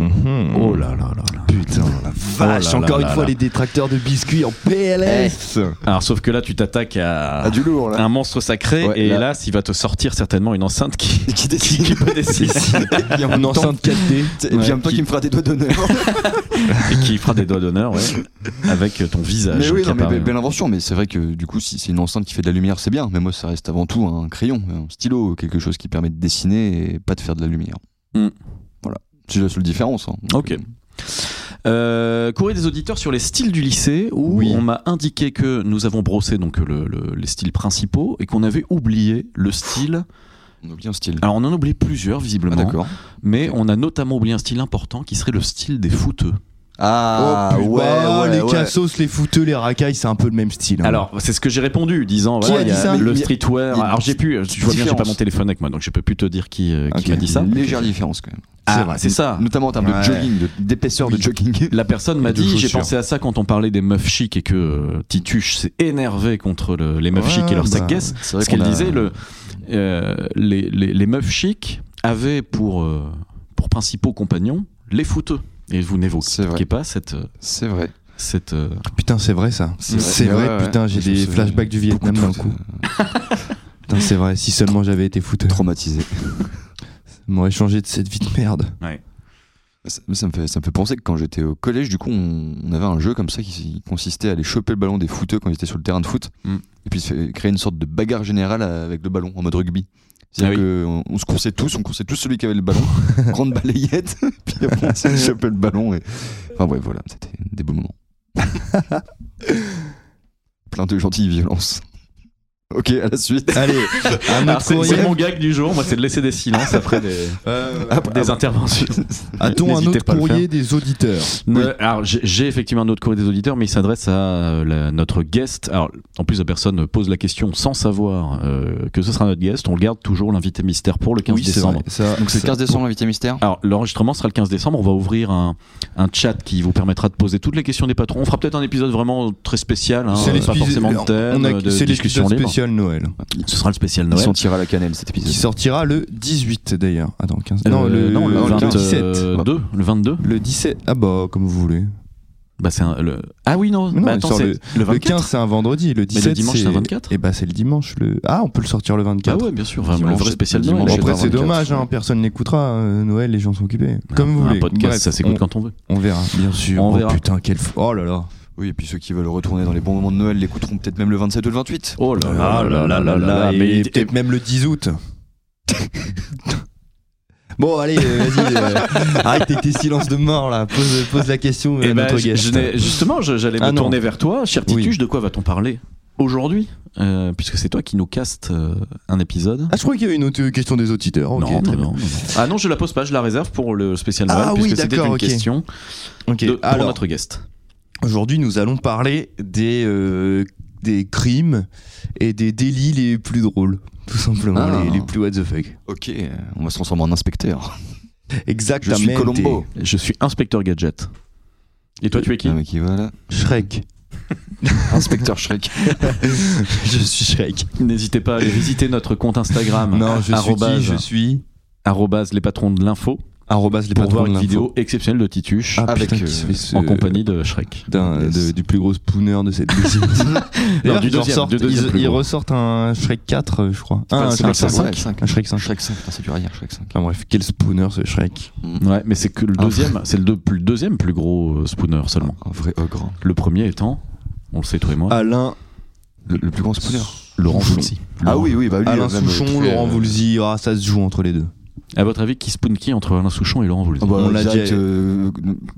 Speaker 5: Mhm.
Speaker 6: Mmh.
Speaker 5: Oh
Speaker 4: Oh là là là là.
Speaker 5: Putain, la vache.
Speaker 4: là
Speaker 5: Encore
Speaker 4: là
Speaker 5: une
Speaker 4: là
Speaker 5: fois,
Speaker 4: là.
Speaker 5: les détracteurs de biscuits en PLS.
Speaker 4: Alors, sauf que là, tu t'attaques à,
Speaker 6: Ah, du lourd,
Speaker 4: un monstre sacré,
Speaker 6: Ouais,
Speaker 4: et
Speaker 6: là-
Speaker 4: hélas, il va te sortir certainement une enceinte qui,
Speaker 6: [LAUGHS] Qui dessine
Speaker 4: qui peut
Speaker 6: [LAUGHS]
Speaker 4: dessiner
Speaker 6: Et en
Speaker 5: Une
Speaker 6: même temps,
Speaker 5: enceinte 4D.
Speaker 6: Et puis, un peu qui me fera des
Speaker 4: [LAUGHS]
Speaker 6: doigts d'honneur.
Speaker 4: et qui fera des doigts d'honneur ouais,
Speaker 6: [LAUGHS]
Speaker 4: avec ton visage.
Speaker 6: mais oui,
Speaker 4: qui
Speaker 6: non, mais
Speaker 4: apparaît.
Speaker 6: belle, belle invention. Mais c'est vrai que du coup, si c'est une enceinte qui fait de la lumière, c'est bien. Mais moi, ça reste avant tout un crayon, un stylo, quelque chose qui permet de dessiner et pas de faire de la lumière.
Speaker 4: Hmm.
Speaker 6: Voilà. C'est la seule différence. hein. Donc,
Speaker 4: Ok.
Speaker 6: euh,
Speaker 4: Euh, courrier des auditeurs sur les styles du lycée où
Speaker 6: Oui.
Speaker 4: on m'a indiqué que nous avons brossé donc le- le- les styles principaux et qu'on avait oublié le style.
Speaker 6: On oublie un style.
Speaker 4: Alors on en oublie plusieurs
Speaker 6: Ah,
Speaker 4: visiblement,
Speaker 6: d'accord.
Speaker 4: mais on a notamment oublié un style important qui serait le style des footeux.
Speaker 6: Ah,
Speaker 5: Oh, putain,
Speaker 6: ouais, ouais,
Speaker 5: les
Speaker 6: ouais.
Speaker 5: cassos, les fouteux, les racailles, c'est un peu le même style. hein.
Speaker 6: Ah.
Speaker 4: Alors c'est ce que j'ai répondu disant
Speaker 5: Qui
Speaker 4: voilà,
Speaker 5: a
Speaker 4: il y
Speaker 5: dit ça
Speaker 4: le
Speaker 6: Il y a-
Speaker 4: streetwear.
Speaker 6: il y a une
Speaker 4: Alors j'ai pu, tu vois bien, j'ai pas
Speaker 6: différence.
Speaker 4: mon téléphone avec moi donc je peux plus te dire qui, euh, qui
Speaker 6: Ok.
Speaker 4: m'a dit ça.
Speaker 6: Une Légère différence quand même.
Speaker 4: Ah,
Speaker 5: vrai.
Speaker 4: c'est ça.
Speaker 6: Notamment en termes
Speaker 5: Ouais.
Speaker 6: de jogging, de- d'épaisseur de
Speaker 4: [LAUGHS]
Speaker 6: jogging.
Speaker 4: La personne m'a
Speaker 5: Et de
Speaker 4: dit, j'ai
Speaker 5: chaussures.
Speaker 4: pensé à ça quand on parlait des meufs chics et que euh, Tituche s'est énervé contre le- les meufs
Speaker 5: Ouais,
Speaker 4: chics et leur
Speaker 5: bah,
Speaker 4: sac-guess.
Speaker 6: c'est vrai
Speaker 4: Parce qu'elle
Speaker 6: qu'on a-
Speaker 4: disait, le, euh, les, les- les meufs chics avaient pour, euh, pour principaux compagnons les fouteux. Et vous
Speaker 6: C'est vrai.
Speaker 4: n'évoquez pas cette. euh,
Speaker 6: C'est vrai.
Speaker 4: cette euh,
Speaker 5: Putain, c'est vrai ça.
Speaker 6: C'est vrai.
Speaker 5: C'est
Speaker 6: Ouais,
Speaker 5: vrai,
Speaker 6: ouais,
Speaker 5: putain,
Speaker 6: ouais.
Speaker 5: j'ai
Speaker 6: Je me
Speaker 5: des
Speaker 6: souviens.
Speaker 5: flashbacks du Vietnam
Speaker 6: Beaucoup
Speaker 5: d'un
Speaker 6: de
Speaker 5: coup.
Speaker 6: foot,
Speaker 5: Putain, c'est vrai, si seulement j'avais été foutu.
Speaker 6: euh, Traumatisé.
Speaker 5: M'aurait changé de cette vie de merde.
Speaker 6: Ça, ça me fait, ça me fait penser que quand j'étais au collège, du coup, on, on avait un jeu comme ça qui consistait à aller choper le ballon des footeux quand ils étaient sur le terrain de foot,
Speaker 4: Mm.
Speaker 6: et puis se faire- créer une sorte de bagarre générale avec le ballon en mode rugby. C'est-à-dire
Speaker 4: Ah
Speaker 6: qu'on on se coursait tous, on coursait tous celui qui avait le ballon, [LAUGHS] grande balayette, [LAUGHS] puis après on s'est chopé le ballon. Et... Enfin ouais, voilà, c'était des beaux moments. [LAUGHS] Plein de gentilles violences. Ok, à la suite.
Speaker 5: Allez, un autre
Speaker 4: Alors, Ah, c'est c'est
Speaker 5: courrier. Euh,
Speaker 4: mon gag du jour, moi, c'est de laisser des silences après
Speaker 6: [LAUGHS]
Speaker 4: des,
Speaker 6: Après-
Speaker 4: des
Speaker 6: [LAUGHS]
Speaker 4: interventions.
Speaker 5: A-t-on un
Speaker 4: Euh, N'hésitez
Speaker 5: autre
Speaker 4: pas à le
Speaker 5: courrier des auditeurs
Speaker 4: Euh, alors, j'ai- j'ai effectivement un autre courrier des auditeurs, mais il s'adresse à euh, la- notre guest. Alors, en plus, la personne pose la question sans savoir euh, que ce sera notre guest. On le garde toujours l'invité mystère pour le 15 décembre.
Speaker 6: Donc c'est le 15 décembre, l'invité mystère
Speaker 4: Alors, l'enregistrement sera le 15 décembre. On va ouvrir un, un chat qui vous permettra de poser toutes les questions des patrons. On fera peut-être un épisode vraiment très spécial. Hein,
Speaker 5: Ah, C'est
Speaker 4: euh, pas
Speaker 5: l'épisode-
Speaker 4: forcément de thème,
Speaker 5: on a-
Speaker 4: euh, de
Speaker 5: c'est l'épisode
Speaker 4: discussion libre.
Speaker 5: spécial Noël
Speaker 4: Ce sera le spécial
Speaker 6: Ils
Speaker 4: Noël.
Speaker 6: sont tirés à la cannelle cet épisode.
Speaker 5: qui sortira le 18 d'ailleurs. Attends, 15.
Speaker 4: Euh,
Speaker 5: non, le,
Speaker 4: non,
Speaker 5: le
Speaker 4: 20,
Speaker 5: 17.
Speaker 4: euh, deux, le 22.
Speaker 5: Le 17. Ah bah comme vous voulez.
Speaker 4: Bah, c'est un- le... Ah oui, non.
Speaker 5: Non,
Speaker 4: bah,
Speaker 5: il
Speaker 4: attends,
Speaker 5: sort
Speaker 4: c'est
Speaker 5: le-
Speaker 4: le
Speaker 5: Le
Speaker 4: 24.
Speaker 5: 15 c'est un vendredi, le 17
Speaker 4: dimanche, c'est un 24.
Speaker 5: Et bah c'est le dimanche le Ah, on peut le sortir le 24.
Speaker 4: ah ouais, bien sûr. Vraiment, le
Speaker 6: Dimanche,
Speaker 4: vrai spécial
Speaker 6: dimanche,
Speaker 4: Noël.
Speaker 5: Bon,
Speaker 6: je
Speaker 5: après
Speaker 6: sais
Speaker 5: c'est
Speaker 6: pas, 24,
Speaker 5: dommage, hein,
Speaker 6: ouais.
Speaker 5: personne n'écoutera euh, Noël, les gens sont occupés. Comme vous
Speaker 4: un
Speaker 5: voulez.
Speaker 4: podcast,
Speaker 5: Bref,
Speaker 4: ça s'écoute
Speaker 5: on-
Speaker 4: quand on veut.
Speaker 5: On verra, bien sûr.
Speaker 4: On
Speaker 5: Oh,
Speaker 4: verra.
Speaker 5: Putain, quel. f- Oh là là.
Speaker 6: Oui, et puis ceux qui veulent retourner dans les bons moments de Noël l'écouteront peut-être même le 27 ou le 28.
Speaker 4: Oh là
Speaker 5: Ah
Speaker 4: là là là là là.
Speaker 5: et
Speaker 4: Mais
Speaker 5: peut-être même le 10
Speaker 4: [LAUGHS]
Speaker 5: août. bon, allez, euh, vas-y. euh, arrête avec tes silences de mort là. Pose, pose la question
Speaker 4: Eh
Speaker 5: à
Speaker 4: ben,
Speaker 5: notre
Speaker 4: je-
Speaker 5: guest.
Speaker 4: je n'ai- justement, je- j'allais
Speaker 5: Ah
Speaker 4: me
Speaker 5: non.
Speaker 4: tourner vers toi. Cher
Speaker 5: Oui.
Speaker 4: Tituche, de quoi va-t-on parler aujourd'hui Euh, Puisque c'est toi qui nous castes euh, un épisode.
Speaker 5: Ah, je croyais qu'il y avait une autre question des auditeurs. Ok,
Speaker 4: non,
Speaker 5: très
Speaker 4: non,
Speaker 5: bien.
Speaker 4: non, non. Ah non, je la pose pas, je la réserve pour le spécial Noël,
Speaker 5: Ah oui,
Speaker 4: puisque c'était
Speaker 5: d'accord,
Speaker 4: une
Speaker 5: ok.
Speaker 4: question
Speaker 5: Ok,
Speaker 4: de- pour
Speaker 5: alors,
Speaker 4: notre guest.
Speaker 5: aujourd'hui, nous allons parler des, euh, des crimes et des délits les plus drôles. Tout simplement,
Speaker 6: Ah.
Speaker 5: les, les plus what the fuck.
Speaker 6: Ok, euh, on va se transformer en [LAUGHS] inspecteur. Je
Speaker 5: Exactement.
Speaker 6: suis Colombo.
Speaker 4: Je suis inspecteur gadget. Et
Speaker 5: Euh,
Speaker 4: toi, tu es qui
Speaker 6: Ah, mais qui va là
Speaker 4: [LAUGHS]
Speaker 5: Shrek.
Speaker 6: Inspecteur Shrek.
Speaker 5: je suis Shrek.
Speaker 4: N'hésitez pas à aller visiter notre compte Instagram.
Speaker 5: [LAUGHS] Non, je suis
Speaker 4: arrobase-
Speaker 5: qui Je suis.
Speaker 4: arrobase les patrons de l'info
Speaker 5: Arrobas les
Speaker 4: pour
Speaker 5: patrons
Speaker 4: voir
Speaker 5: de
Speaker 4: une
Speaker 5: l'info.
Speaker 4: vidéo exceptionnelle de Tituche
Speaker 5: Ah,
Speaker 6: Avec,
Speaker 5: putain, qui
Speaker 6: euh,
Speaker 5: se fait ce-
Speaker 4: en compagnie de Shrek.
Speaker 5: d'un-
Speaker 6: Yes.
Speaker 5: euh, de- du plus gros spooner de cette [LAUGHS] musique. D'ailleurs,
Speaker 4: du
Speaker 5: ils, en
Speaker 4: deuxième,
Speaker 5: sortent-
Speaker 4: du deuxième
Speaker 5: ils-
Speaker 4: plus
Speaker 5: ils
Speaker 4: gros.
Speaker 5: ressortent un Shrek 4, euh, je crois. Ah, un
Speaker 6: C'est
Speaker 5: Shrek
Speaker 6: pas le
Speaker 5: 5.
Speaker 6: cinq, ouais,
Speaker 5: Un Shrek 5.
Speaker 6: Shrek 5, putain, c'est dur à dire, Shrek 5.
Speaker 5: Enfin bref, quel spooner ce Shrek.
Speaker 4: Ouais, mais c'est que le
Speaker 6: Ah.
Speaker 4: deuxième, c'est le, deux- le deuxième plus gros euh, spooner seulement.
Speaker 6: Un vrai ogre. hein.
Speaker 4: Le premier étant, on le sait toi et moi,
Speaker 5: Alain,
Speaker 6: Le, le plus grand spooner.
Speaker 4: Laurent
Speaker 5: Souchon.
Speaker 4: Foulzy.
Speaker 6: Ah oui, oui, bah lui.
Speaker 5: Alain
Speaker 6: euh, même,
Speaker 5: Souchon,
Speaker 6: euh, très,
Speaker 5: Laurent
Speaker 6: euh,
Speaker 5: Voulzy, ah, ça se joue entre les deux.
Speaker 4: À votre avis, qui spoon qui entre Alain Souchon et Laurent Voulzy
Speaker 6: ah bah,
Speaker 5: on l'a
Speaker 6: direct,
Speaker 5: dit.
Speaker 6: euh,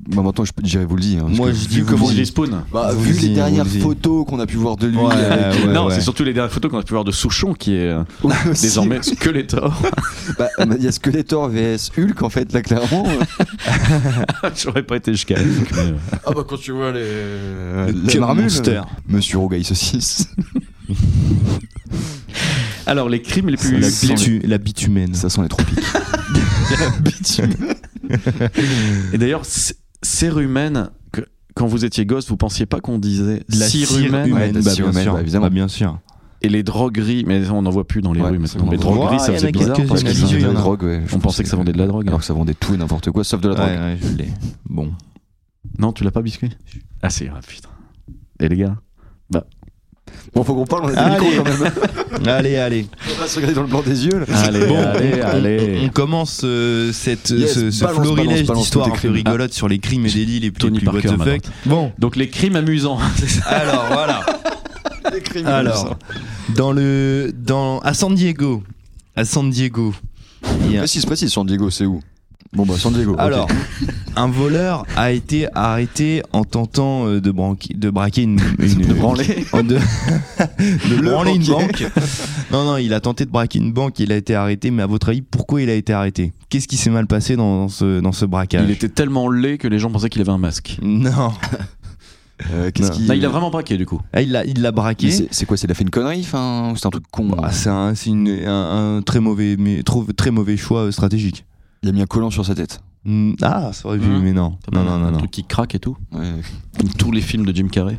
Speaker 6: bah, maintenant, je peux- j'irai vous le dire. hein, parce
Speaker 5: Moi,
Speaker 6: que
Speaker 5: je
Speaker 6: vu
Speaker 5: dis
Speaker 6: comment
Speaker 5: Voulzy.
Speaker 6: il
Speaker 4: les
Speaker 6: est-
Speaker 4: spoon
Speaker 6: Bah, vu
Speaker 5: Voulzy,
Speaker 6: les dernières
Speaker 5: Voulzy.
Speaker 6: photos qu'on a pu voir de lui. euh,
Speaker 5: Ouais,
Speaker 6: avec- [LAUGHS]
Speaker 5: ouais,
Speaker 4: non,
Speaker 5: ouais.
Speaker 4: c'est surtout les dernières photos qu'on a pu voir de Souchon qui est euh, désormais Skeletor. [LAUGHS]
Speaker 6: Bah, Il y a Skeletor vs Hulk, en fait, là, [LAUGHS] clairement.
Speaker 4: J'aurais pas été jusqu'à Hulk, mais, euh,
Speaker 6: ah bah, quand tu vois les.
Speaker 5: Le monster.
Speaker 6: Euh, Monsieur Rougaille Saucisse.
Speaker 4: Alors, les crimes les
Speaker 5: La,
Speaker 4: plus.
Speaker 5: bitu- la bitumène.
Speaker 6: Ça sent
Speaker 5: [LAUGHS]
Speaker 6: les tropiques.
Speaker 4: Et d'ailleurs, c- cérumen, que- quand vous étiez gosse, vous pensiez pas qu'on disait
Speaker 5: La cire humaine,
Speaker 4: cérumen
Speaker 6: ouais, la
Speaker 5: bah,
Speaker 6: cire
Speaker 5: bien
Speaker 6: humaine,
Speaker 5: sûr.
Speaker 6: bah, évidemment.
Speaker 5: Bah, bien sûr.
Speaker 4: et les drogueries, mais on n'en voit plus dans les
Speaker 6: Ouais,
Speaker 4: rues
Speaker 6: c'est
Speaker 4: maintenant.
Speaker 6: bon.
Speaker 4: Les
Speaker 5: Ouais,
Speaker 4: drogueries,
Speaker 5: il
Speaker 4: ça
Speaker 5: y en
Speaker 4: faisait
Speaker 5: a
Speaker 4: bizarre
Speaker 5: quelques-uns.
Speaker 4: parce que
Speaker 5: Il y en a
Speaker 4: ça-
Speaker 5: quelques-uns.
Speaker 6: de drogue, ouais.
Speaker 4: on pensait que ça vendait de la drogue.
Speaker 6: Alors que ça vendait tout et n'importe quoi, sauf de la
Speaker 5: Ouais,
Speaker 6: drogue.
Speaker 5: ouais, je l'ai. Bon.
Speaker 4: Non, tu l'as pas biscuit Ah, c'est ah, putain. Et les gars
Speaker 6: Bon, faut qu'on parle, on a des
Speaker 5: Allez.
Speaker 6: micros quand même. [LAUGHS]
Speaker 5: allez, allez.
Speaker 6: On va se regarder dans le blanc des yeux. là.
Speaker 4: Allez,
Speaker 5: Bon,
Speaker 4: allez,
Speaker 5: on, on- on
Speaker 4: allez.
Speaker 5: commence euh, cette,
Speaker 6: Yes,
Speaker 5: ce, ce
Speaker 6: balance, balance,
Speaker 5: florilège
Speaker 6: balance
Speaker 5: d'histoires
Speaker 6: tous tes
Speaker 5: un peu
Speaker 6: crimes.
Speaker 5: rigolotes sur les crimes et délits les plus, les
Speaker 4: Tony
Speaker 5: plus what
Speaker 4: Parker,
Speaker 5: the
Speaker 4: maintenant.
Speaker 5: fuck. Bon,
Speaker 4: Donc les crimes amusants. [LAUGHS] c'est ça
Speaker 5: alors voilà.
Speaker 6: Des crimes.
Speaker 5: Ah. Alors, dans le, dans, à San Diego, à San Diego, il y a-
Speaker 6: Précise, précise, San Diego, c'est où Bon, bah, San Diego. ok.
Speaker 5: Alors, un voleur a été arrêté en tentant euh, de, branquer- de braquer [LAUGHS] une, une-
Speaker 6: De branler.
Speaker 5: en [LAUGHS] de, de
Speaker 6: Le
Speaker 5: branler une banque.
Speaker 6: banquier.
Speaker 5: Non, non, il a tenté de braquer une banque, il a été arrêté. Mais à votre avis, pourquoi il a été arrêté Qu'est-ce qui s'est mal passé dans, ce, dans ce braquage
Speaker 4: Il était tellement laid que les gens pensaient qu'il avait un masque.
Speaker 5: Non,
Speaker 6: Euh, Qu'est-ce
Speaker 5: Non.
Speaker 6: qu'il-
Speaker 4: Là, il a vraiment braqué du coup.
Speaker 5: Ah, il l'a il l'a
Speaker 6: Mais
Speaker 5: braqué.
Speaker 6: c'est- C'est quoi C'est il a fait une connerie enfin, ou c'est un truc con
Speaker 5: Bah, c'est un, c'est une- un- un très mauvais, mais, trop- très mauvais choix euh, stratégique.
Speaker 6: Il a mis un collant sur sa tête.
Speaker 5: Mm, Ah, ça aurait pu,
Speaker 4: Mmh.
Speaker 5: mais non.
Speaker 4: T'as
Speaker 5: Non,
Speaker 4: pas
Speaker 5: non, non,
Speaker 4: Un
Speaker 5: non.
Speaker 4: truc qui craque et tout.
Speaker 6: Ouais.
Speaker 4: Comme tous les films de Jim Carrey.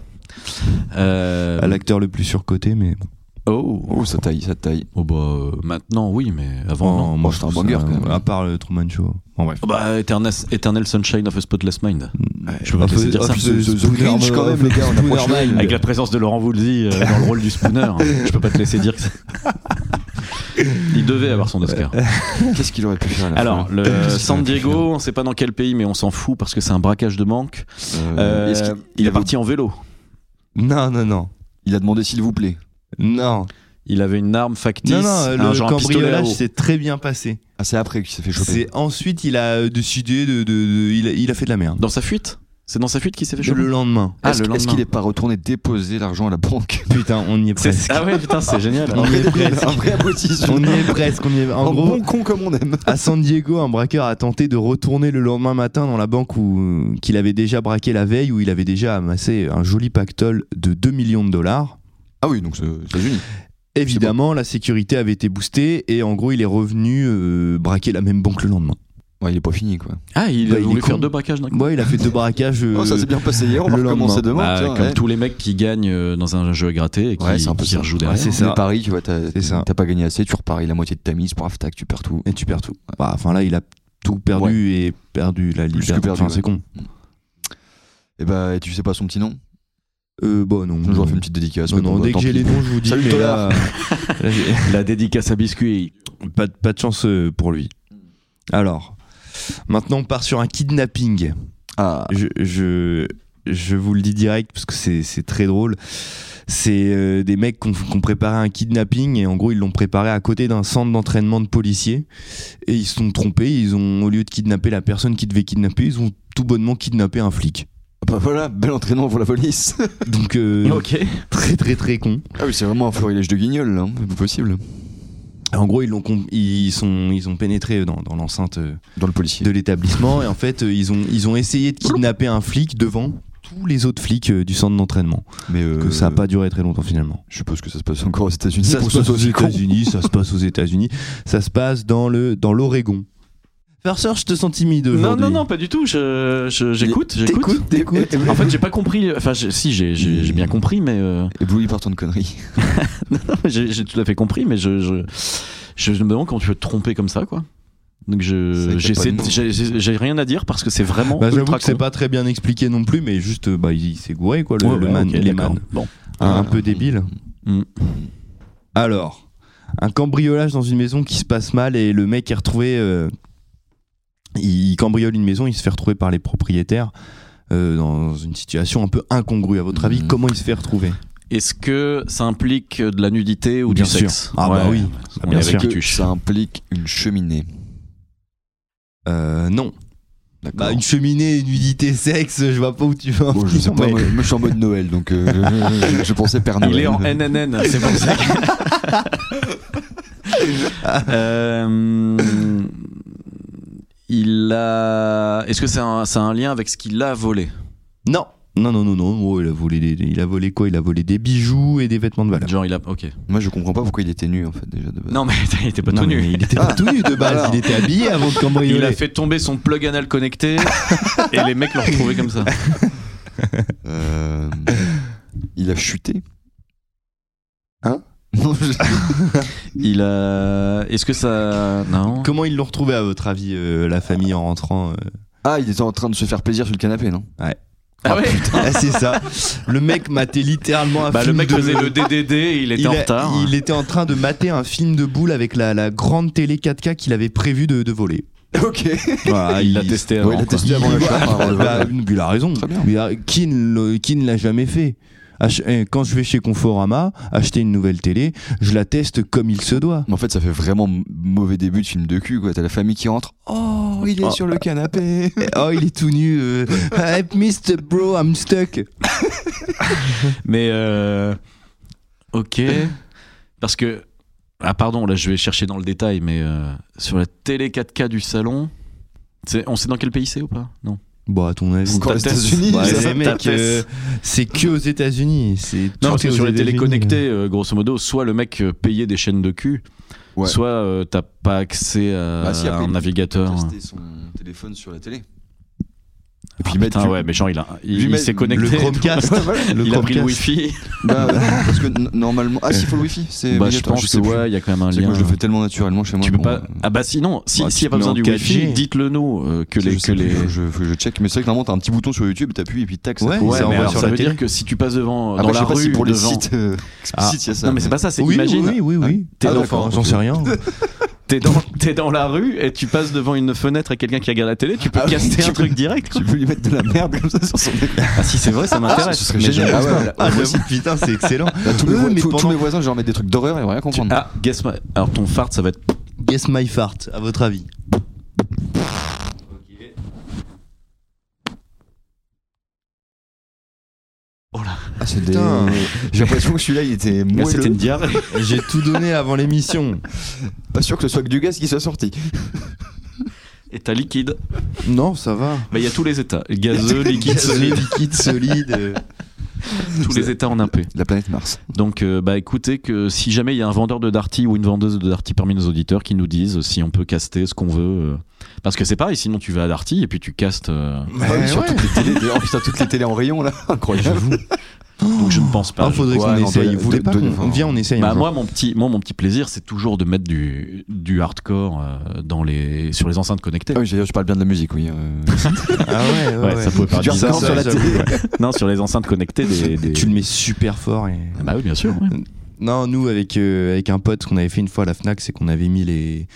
Speaker 4: Euh,
Speaker 5: À l'acteur le plus surcoté, mais bon.
Speaker 4: Oh.
Speaker 6: Oh, ça taille, ça taille.
Speaker 4: Oh, bah, euh, maintenant, oui, mais avant, non.
Speaker 5: Oh,
Speaker 6: moi,
Speaker 5: je
Speaker 6: c'est un
Speaker 5: trouve
Speaker 6: banger,
Speaker 5: ça-
Speaker 6: quand même.
Speaker 5: À part le Truman Show. Bon, bref.
Speaker 4: Oh, Bah, Eternal, Eternal Sunshine of a Spotless Mind. Je peux pas
Speaker 5: Un
Speaker 4: te
Speaker 5: peu-
Speaker 4: laisser dire
Speaker 5: un
Speaker 4: ça.
Speaker 5: peu
Speaker 6: The- The- The
Speaker 5: Spooner-
Speaker 6: Grinch, quand même, les gars, on approche
Speaker 5: Spooner
Speaker 6: de-
Speaker 5: Mind.
Speaker 4: Avec la présence de Laurent Voulzy euh, dans le rôle du Spooner, je peux pas te laisser dire que ça- Il devait avoir son Oscar.
Speaker 6: Qu'est-ce qu'il aurait pu faire à la [LAUGHS]
Speaker 4: Alors,
Speaker 6: fin
Speaker 4: le
Speaker 6: Qu'est-ce qu'il
Speaker 4: San
Speaker 6: aurait pu
Speaker 4: Diego, on sait pas dans quel pays, mais on s'en fout parce que c'est un braquage de banque.
Speaker 6: faire
Speaker 4: Euh,
Speaker 6: Euh, est-ce qu'il-
Speaker 4: il
Speaker 6: il,
Speaker 4: est
Speaker 6: avait-
Speaker 4: parti en vélo.
Speaker 5: Non, non, non.
Speaker 6: il a demandé s'il vous plaît.
Speaker 5: Non,
Speaker 4: Il avait une arme factice,
Speaker 5: non, non,
Speaker 4: un
Speaker 5: le
Speaker 4: genre un pistolet à
Speaker 5: cambriolage
Speaker 4: eau.
Speaker 5: s'est très bien passé.
Speaker 6: Ah, c'est après qu'il s'est fait choper.
Speaker 5: C'est ensuite il a euh, décidé de, de- de- il, a, il a fait de la merde.
Speaker 4: Dans sa fuite C'est dans sa fuite qu'il s'est fait
Speaker 5: Le
Speaker 4: choper
Speaker 5: lendemain,
Speaker 4: Ah, le
Speaker 6: Est-ce est-ce
Speaker 4: lendemain.
Speaker 6: qu'il n'est pas retourné déposer l'argent à la banque
Speaker 5: putain, on y est
Speaker 4: C'est-
Speaker 5: presque.
Speaker 4: Ah ouais, putain, c'est génial.
Speaker 5: On y est presque.
Speaker 6: Un [LAUGHS] vrai aboutissement.
Speaker 5: On y est presque. On y est. En
Speaker 6: Un
Speaker 5: gros,
Speaker 6: bon con comme on aime.
Speaker 5: à San Diego, un braqueur a tenté de retourner le lendemain matin dans la banque où qu'il avait déjà braqué la veille, où il avait déjà amassé un joli pactole de 2 millions de dollars.
Speaker 6: Ah oui, donc c'est aux États-Unis.
Speaker 5: Évidemment, la sécurité avait été boostée et en gros, il est revenu euh, braquer la même banque le lendemain.
Speaker 6: Ouais, il est pas fini quoi.
Speaker 4: Ah, il
Speaker 5: Bah, il
Speaker 4: voulait
Speaker 5: est
Speaker 4: faire
Speaker 5: con.
Speaker 4: deux braquages d'un coup.
Speaker 5: Ouais, il a fait deux braquages. euh,
Speaker 6: oh, ça s'est bien passé hier, on va
Speaker 5: le
Speaker 6: recommencer demain.
Speaker 4: Bah,
Speaker 6: tiens,
Speaker 4: comme
Speaker 6: ouais.
Speaker 4: tous les mecs qui gagnent euh, dans un jeu à gratter et qui,
Speaker 6: Ouais, c'est un peu
Speaker 4: qui
Speaker 6: ça.
Speaker 4: rejouent
Speaker 6: Ouais,
Speaker 4: derrière.
Speaker 5: c'est ça.
Speaker 6: Les paris, tu vois, t'as
Speaker 5: C'est ça.
Speaker 6: t'as pas gagné assez, tu reparies la moitié de ta mise, pour tac, tu perds tout.
Speaker 5: et tu perds tout. Bah, Enfin là, il a tout perdu et perdu la
Speaker 6: Plus que
Speaker 5: liberté.
Speaker 6: perdu,
Speaker 5: Enfin, c'est
Speaker 6: ouais.
Speaker 5: con.
Speaker 6: Et bah, et tu sais pas son petit nom
Speaker 5: Euh, bon, non.
Speaker 6: Sinon,
Speaker 5: non.
Speaker 6: j'aurais fait une petite dédicace.
Speaker 5: Non,
Speaker 6: mais
Speaker 5: non,
Speaker 6: bon, bah,
Speaker 5: dès que
Speaker 6: tant
Speaker 5: j'ai
Speaker 6: pis.
Speaker 5: les noms, je vous dis.
Speaker 6: Salut,
Speaker 5: mais là,
Speaker 6: dollar.
Speaker 5: là, j'ai-
Speaker 4: La dédicace à biscuit.
Speaker 5: pas, de- pas de chance euh, pour lui. Alors, maintenant, on part sur un kidnapping.
Speaker 6: Ah,
Speaker 5: Je, je, je vous le dis direct parce que c'est c'est très drôle. C'est euh, des mecs qui ont préparé un kidnapping et en gros, ils l'ont préparé à côté d'un centre d'entraînement de policiers. Et ils se sont trompés. Ils ont, au lieu de kidnapper la personne qui devait kidnapper, ils ont tout bonnement kidnappé un flic.
Speaker 6: bah voilà, bel entraînement pour la [LAUGHS] police.
Speaker 5: Donc, euh,
Speaker 4: Ok.
Speaker 5: très, très, très con.
Speaker 6: ah oui, c'est vraiment un florilège de guignol là, hein. c'est pas possible.
Speaker 5: En gros, ils, l'ont com- ils, sont, ils ont pénétré dans, dans l'enceinte euh,
Speaker 6: Dans le policier.
Speaker 5: de l'établissement et en fait, euh, ils ont, ils ont essayé de kidnapper un flic devant tous les autres flics euh, du centre d'entraînement.
Speaker 6: Mais euh,
Speaker 5: Que ça n'a pas duré très longtemps finalement.
Speaker 6: Je suppose que ça se passe encore aux États-Unis.
Speaker 5: Ça
Speaker 6: pour
Speaker 5: se passe
Speaker 6: ceux
Speaker 5: aux
Speaker 6: qui sont cons.
Speaker 5: États-Unis, ça se passe aux États-Unis, ça se passe dans le dans l'Oregon. Farceur, je te sens timide
Speaker 4: Non,
Speaker 5: aujourd'hui.
Speaker 4: non, non, pas du tout. Je- je- J'écoute, j'écoute.
Speaker 6: T'écoutes, t'écoutes.
Speaker 4: En fait, j'ai pas compris. Enfin, j'ai- si, j'ai- j'ai j'ai bien compris, mais euh,
Speaker 6: Ébloui par tant de conneries.
Speaker 4: [LAUGHS] j'ai j'ai tout à fait compris, mais je, je, je me demande comment tu peux te tromper comme ça, quoi. Donc,
Speaker 6: C'est vrai
Speaker 4: je
Speaker 6: qu'il y a
Speaker 4: j'essaie
Speaker 6: pas de
Speaker 4: de-
Speaker 6: nom.
Speaker 4: j'ai j'ai- j'ai rien à dire parce que c'est vraiment
Speaker 5: Bah, J'avoue
Speaker 4: ultra
Speaker 5: que c'est
Speaker 4: con.
Speaker 5: pas très bien expliqué non plus, mais juste euh, bah, il s'est gouré quoi, le,
Speaker 4: Ouais,
Speaker 5: le
Speaker 4: ouais,
Speaker 5: man,
Speaker 4: ok,
Speaker 5: les
Speaker 4: d'accord.
Speaker 5: man.
Speaker 4: Bon.
Speaker 5: Un, un peu débile.
Speaker 4: Mm.
Speaker 5: ah, Alors, un cambriolage dans une maison qui se passe mal et le mec est retrouvé. euh, il, il cambriole une maison, il se fait retrouver par les propriétaires euh, dans une situation un peu incongrue. À votre avis,
Speaker 6: Mm.
Speaker 5: comment il se fait retrouver
Speaker 4: Est-ce que ça implique de la nudité ou
Speaker 5: Bien
Speaker 4: du
Speaker 5: sûr.
Speaker 4: sexe
Speaker 5: Ah bah oui.
Speaker 4: on
Speaker 5: bien
Speaker 4: est
Speaker 5: sûr.
Speaker 4: avec
Speaker 6: Que
Speaker 4: Kituche.
Speaker 6: ça implique une cheminée.
Speaker 5: Euh, Non.
Speaker 6: D'accord.
Speaker 5: Bah, une cheminée, nudité, sexe, je vois pas où tu vas. en
Speaker 6: Bon, je sais
Speaker 5: venir,
Speaker 6: pas,
Speaker 5: mais-
Speaker 6: moi, Oh, moi, je suis en mode Noël, donc euh, je, je- je pensais Père Noël.
Speaker 4: Il est
Speaker 5: [LAUGHS]
Speaker 4: en NNN, c'est pour ça.
Speaker 5: [LAUGHS]
Speaker 4: que- Euh, il a. Est-ce que c'est un, c'est un lien avec ce qu'il a volé
Speaker 5: Non. Non, non, non, non. Oh, il, a volé des- il a volé quoi Il a volé des bijoux et des vêtements de valeur.
Speaker 4: Genre il a. Ok.
Speaker 6: Moi, je comprends pas pourquoi il était nu en fait déjà de base.
Speaker 4: Non mais [LAUGHS] il était pas
Speaker 5: Non,
Speaker 4: tout
Speaker 5: mais
Speaker 4: nu.
Speaker 5: Il était pas tout nu de base, il était habillé avant de cambrioler.
Speaker 4: Il a fait tomber son plug anal [LAUGHS] connecté et les mecs l'ont retrouvé comme ça.
Speaker 6: Euh, il a chuté.
Speaker 5: Hein
Speaker 6: Non, je-
Speaker 4: Il a. Est-ce que ça. Non.
Speaker 5: Comment ils l'ont retrouvé à votre avis, euh, la famille en rentrant euh
Speaker 6: Ah, il était en train de se faire plaisir sur le canapé, non
Speaker 4: Ah ouais
Speaker 5: Ah, [LAUGHS] C'est ça. Le mec matait littéralement un
Speaker 4: Bah le
Speaker 5: film
Speaker 4: mec
Speaker 5: de-
Speaker 4: faisait le DDD et il était
Speaker 5: Il,
Speaker 4: en
Speaker 5: a-
Speaker 4: retard.
Speaker 5: il était en train de mater un film de boule avec la, la grande télé 4K qu'il avait prévu de, de voler. Bah,
Speaker 6: Ok.
Speaker 5: Voilà,
Speaker 4: Ah, Il l'a testé avant. [LAUGHS]
Speaker 6: Ouais, il l'a
Speaker 4: quoi.
Speaker 6: testé avant le
Speaker 5: Bah, il-
Speaker 6: chat.
Speaker 5: Bah, il a raison.
Speaker 6: Très bien.
Speaker 5: Il a- Qui ne le- qui ne l'a jamais fait ach- eh, quand je vais chez Conforama, acheter une nouvelle télé, je la teste comme il se doit.
Speaker 6: Mais en fait, ça fait vraiment m- mauvais début de film de cul, quoi. T'as la famille qui rentre. Oh, il est
Speaker 5: Oh.
Speaker 6: sur le canapé.
Speaker 5: Eh, Oh, il est tout nu.
Speaker 6: [LAUGHS]
Speaker 5: euh, Help me, st- bro, I'm stuck.
Speaker 4: Mais euh, ok, parce que ah pardon, là je vais chercher dans le détail, mais euh, sur la télé 4K du salon, c'est- on sait dans quel pays c'est ou pas Non.
Speaker 5: Bon, à ton avis,
Speaker 6: Encore
Speaker 5: t'as-
Speaker 6: aux États-Unis,
Speaker 5: Ouais,
Speaker 6: ça,
Speaker 5: les
Speaker 4: ça
Speaker 5: mecs,
Speaker 4: tapesse.
Speaker 5: euh, c'est que aux États-Unis. C'est tout
Speaker 4: Non, parce
Speaker 5: est
Speaker 4: que
Speaker 5: aux
Speaker 4: sur les télés
Speaker 5: États-Unis.
Speaker 4: connectées, euh, grosso modo, soit le mec euh, payait des chaînes de cul,
Speaker 6: Ouais.
Speaker 4: soit euh, t'as pas accès à,
Speaker 6: Bah si,
Speaker 4: à
Speaker 6: après,
Speaker 4: un
Speaker 6: il-
Speaker 4: navigateur.
Speaker 6: Tester son téléphone sur la télé. Et
Speaker 4: Ah,
Speaker 6: il met
Speaker 4: putain,
Speaker 6: du-
Speaker 4: ouais, mais genre il, a, il,
Speaker 6: lui
Speaker 4: il
Speaker 6: met
Speaker 4: s'est
Speaker 6: le
Speaker 4: connecté.
Speaker 5: euh, Le
Speaker 6: [LAUGHS]
Speaker 5: Chromecast. le
Speaker 4: il a pris le
Speaker 5: Chromecast.
Speaker 4: wifi. [LAUGHS]
Speaker 6: Bah, ouais, non, parce que n- normalement. Ah, s'il faut le wifi, c'est.
Speaker 4: Bah, je
Speaker 6: obligatoire,
Speaker 4: pense que
Speaker 6: sais plus.
Speaker 4: ouais, il y a quand même un
Speaker 6: C'est que
Speaker 4: lien.
Speaker 6: moi, je le fais tellement naturellement chez moi.
Speaker 4: Tu peux
Speaker 6: bon,
Speaker 4: pas. Ah bah si non, si
Speaker 5: Bah,
Speaker 4: s'il y
Speaker 5: tu
Speaker 4: a
Speaker 5: te
Speaker 4: pas
Speaker 5: mets
Speaker 4: besoin
Speaker 5: en
Speaker 4: du
Speaker 5: 4G.
Speaker 4: wifi, dites-le nous euh, que les
Speaker 6: je
Speaker 4: que
Speaker 6: sais
Speaker 4: les.
Speaker 6: plus, je, faut que je check. Mais c'est vrai que normalement, t'as un petit bouton sur YouTube, t'appuies et puis tac, ça
Speaker 5: Ouais,
Speaker 6: te-
Speaker 4: Ouais,
Speaker 5: ça
Speaker 4: mais
Speaker 5: envoie
Speaker 4: alors,
Speaker 5: sur
Speaker 4: ça
Speaker 5: la
Speaker 4: veut
Speaker 5: télé.
Speaker 4: dire que si tu passes devant
Speaker 6: Après,
Speaker 4: dans
Speaker 6: je
Speaker 4: la
Speaker 6: sais pas
Speaker 4: rue
Speaker 6: si pour les
Speaker 4: devant-
Speaker 6: sites euh, explicites, il y a ça.
Speaker 4: Non mais c'est pas ça, c'est
Speaker 5: Oui,
Speaker 4: imagine
Speaker 5: oui, oui, oui.
Speaker 4: T'es
Speaker 5: Ah,
Speaker 4: dans-
Speaker 5: d'accord, J'en sais rien.
Speaker 4: T'es dans, t'es dans la rue et tu passes devant une fenêtre à quelqu'un qui regarde la télé, tu peux
Speaker 6: Ah oui,
Speaker 4: caster
Speaker 6: tu
Speaker 4: un
Speaker 6: peux-
Speaker 4: truc direct.
Speaker 6: Tu peux lui mettre de la merde comme ça sur son écran.
Speaker 4: Ah si c'est vrai, ça
Speaker 6: m'intéresse. ce serait
Speaker 4: Mais
Speaker 6: génial.
Speaker 4: j'aime
Speaker 6: Ah
Speaker 4: pas
Speaker 6: ouais.
Speaker 4: ça.
Speaker 5: Ah, j'avoue, putain, c'est excellent.
Speaker 6: Là, tous,
Speaker 5: Euh,
Speaker 6: mes voi-
Speaker 5: mais
Speaker 6: tous- tous
Speaker 5: pendant-
Speaker 6: mes voisins, je leur mets des trucs d'horreur, ils vont rien comprendre.
Speaker 4: Ah, guess my- Alors ton fart, ça va être.
Speaker 5: Guess my fart, à votre avis.
Speaker 6: Ah, c'est des...
Speaker 5: Putain.
Speaker 6: [LAUGHS] J'ai l'impression que celui-là, il était
Speaker 4: Ah,
Speaker 6: moelleux.
Speaker 4: C'était une diarrhée.
Speaker 5: [LAUGHS] J'ai tout donné avant l'émission.
Speaker 6: [LAUGHS] Pas sûr que ce soit que du gaz qui soit sorti.
Speaker 4: Et t'as liquide.
Speaker 5: Non, ça va.
Speaker 4: Bah il y a tous les états. Gazeux, liquide, solide.
Speaker 5: liquide, solide. euh.
Speaker 4: Tous les états en un peu.
Speaker 6: La planète Mars.
Speaker 4: Donc euh, bah écoutez que si jamais il y a un vendeur de Darty ou une vendeuse de Darty parmi nos auditeurs qui nous disent si on peut caster ce qu'on veut. euh, Parce que c'est pareil, sinon tu vas à Darty et puis tu castes. euh,
Speaker 5: Bah
Speaker 6: Ah oui,
Speaker 5: ouais.
Speaker 6: sur toutes les télés. d'ailleurs, putain, toutes les télés en rayon, là. Incroyable.
Speaker 4: Donc je ne pense pas.
Speaker 5: Ah, faudrait qu'on
Speaker 6: Ouais, non,
Speaker 5: essaye.
Speaker 6: de-
Speaker 5: Vous voulez
Speaker 6: de-
Speaker 5: pas
Speaker 6: de-
Speaker 5: qu'on
Speaker 6: enfin,
Speaker 5: viens, on essaye un
Speaker 4: Bah,
Speaker 5: jour.
Speaker 4: moi, mon petit, moi, mon petit plaisir, c'est toujours de mettre du, du hardcore euh, dans les, sur les enceintes connectées.
Speaker 6: Ah oui, d'ailleurs, je parle bien de la musique, oui. euh.
Speaker 5: Ah ouais,
Speaker 4: Ouais, ça pouvait faire
Speaker 6: Du
Speaker 4: dix
Speaker 5: ça,
Speaker 4: ans.
Speaker 6: hardcore sur la
Speaker 5: j'avoue,
Speaker 6: télé.
Speaker 4: [LAUGHS] Non, sur les enceintes
Speaker 5: [LAUGHS]
Speaker 4: connectées des. des-
Speaker 5: Tu le mets super fort. et-
Speaker 4: Ah Bah oui, bien sûr. ouais.
Speaker 5: Non, nous, avec, euh, avec un pote, ce qu'on avait fait une fois à la Fnac, c'est qu'on avait mis les.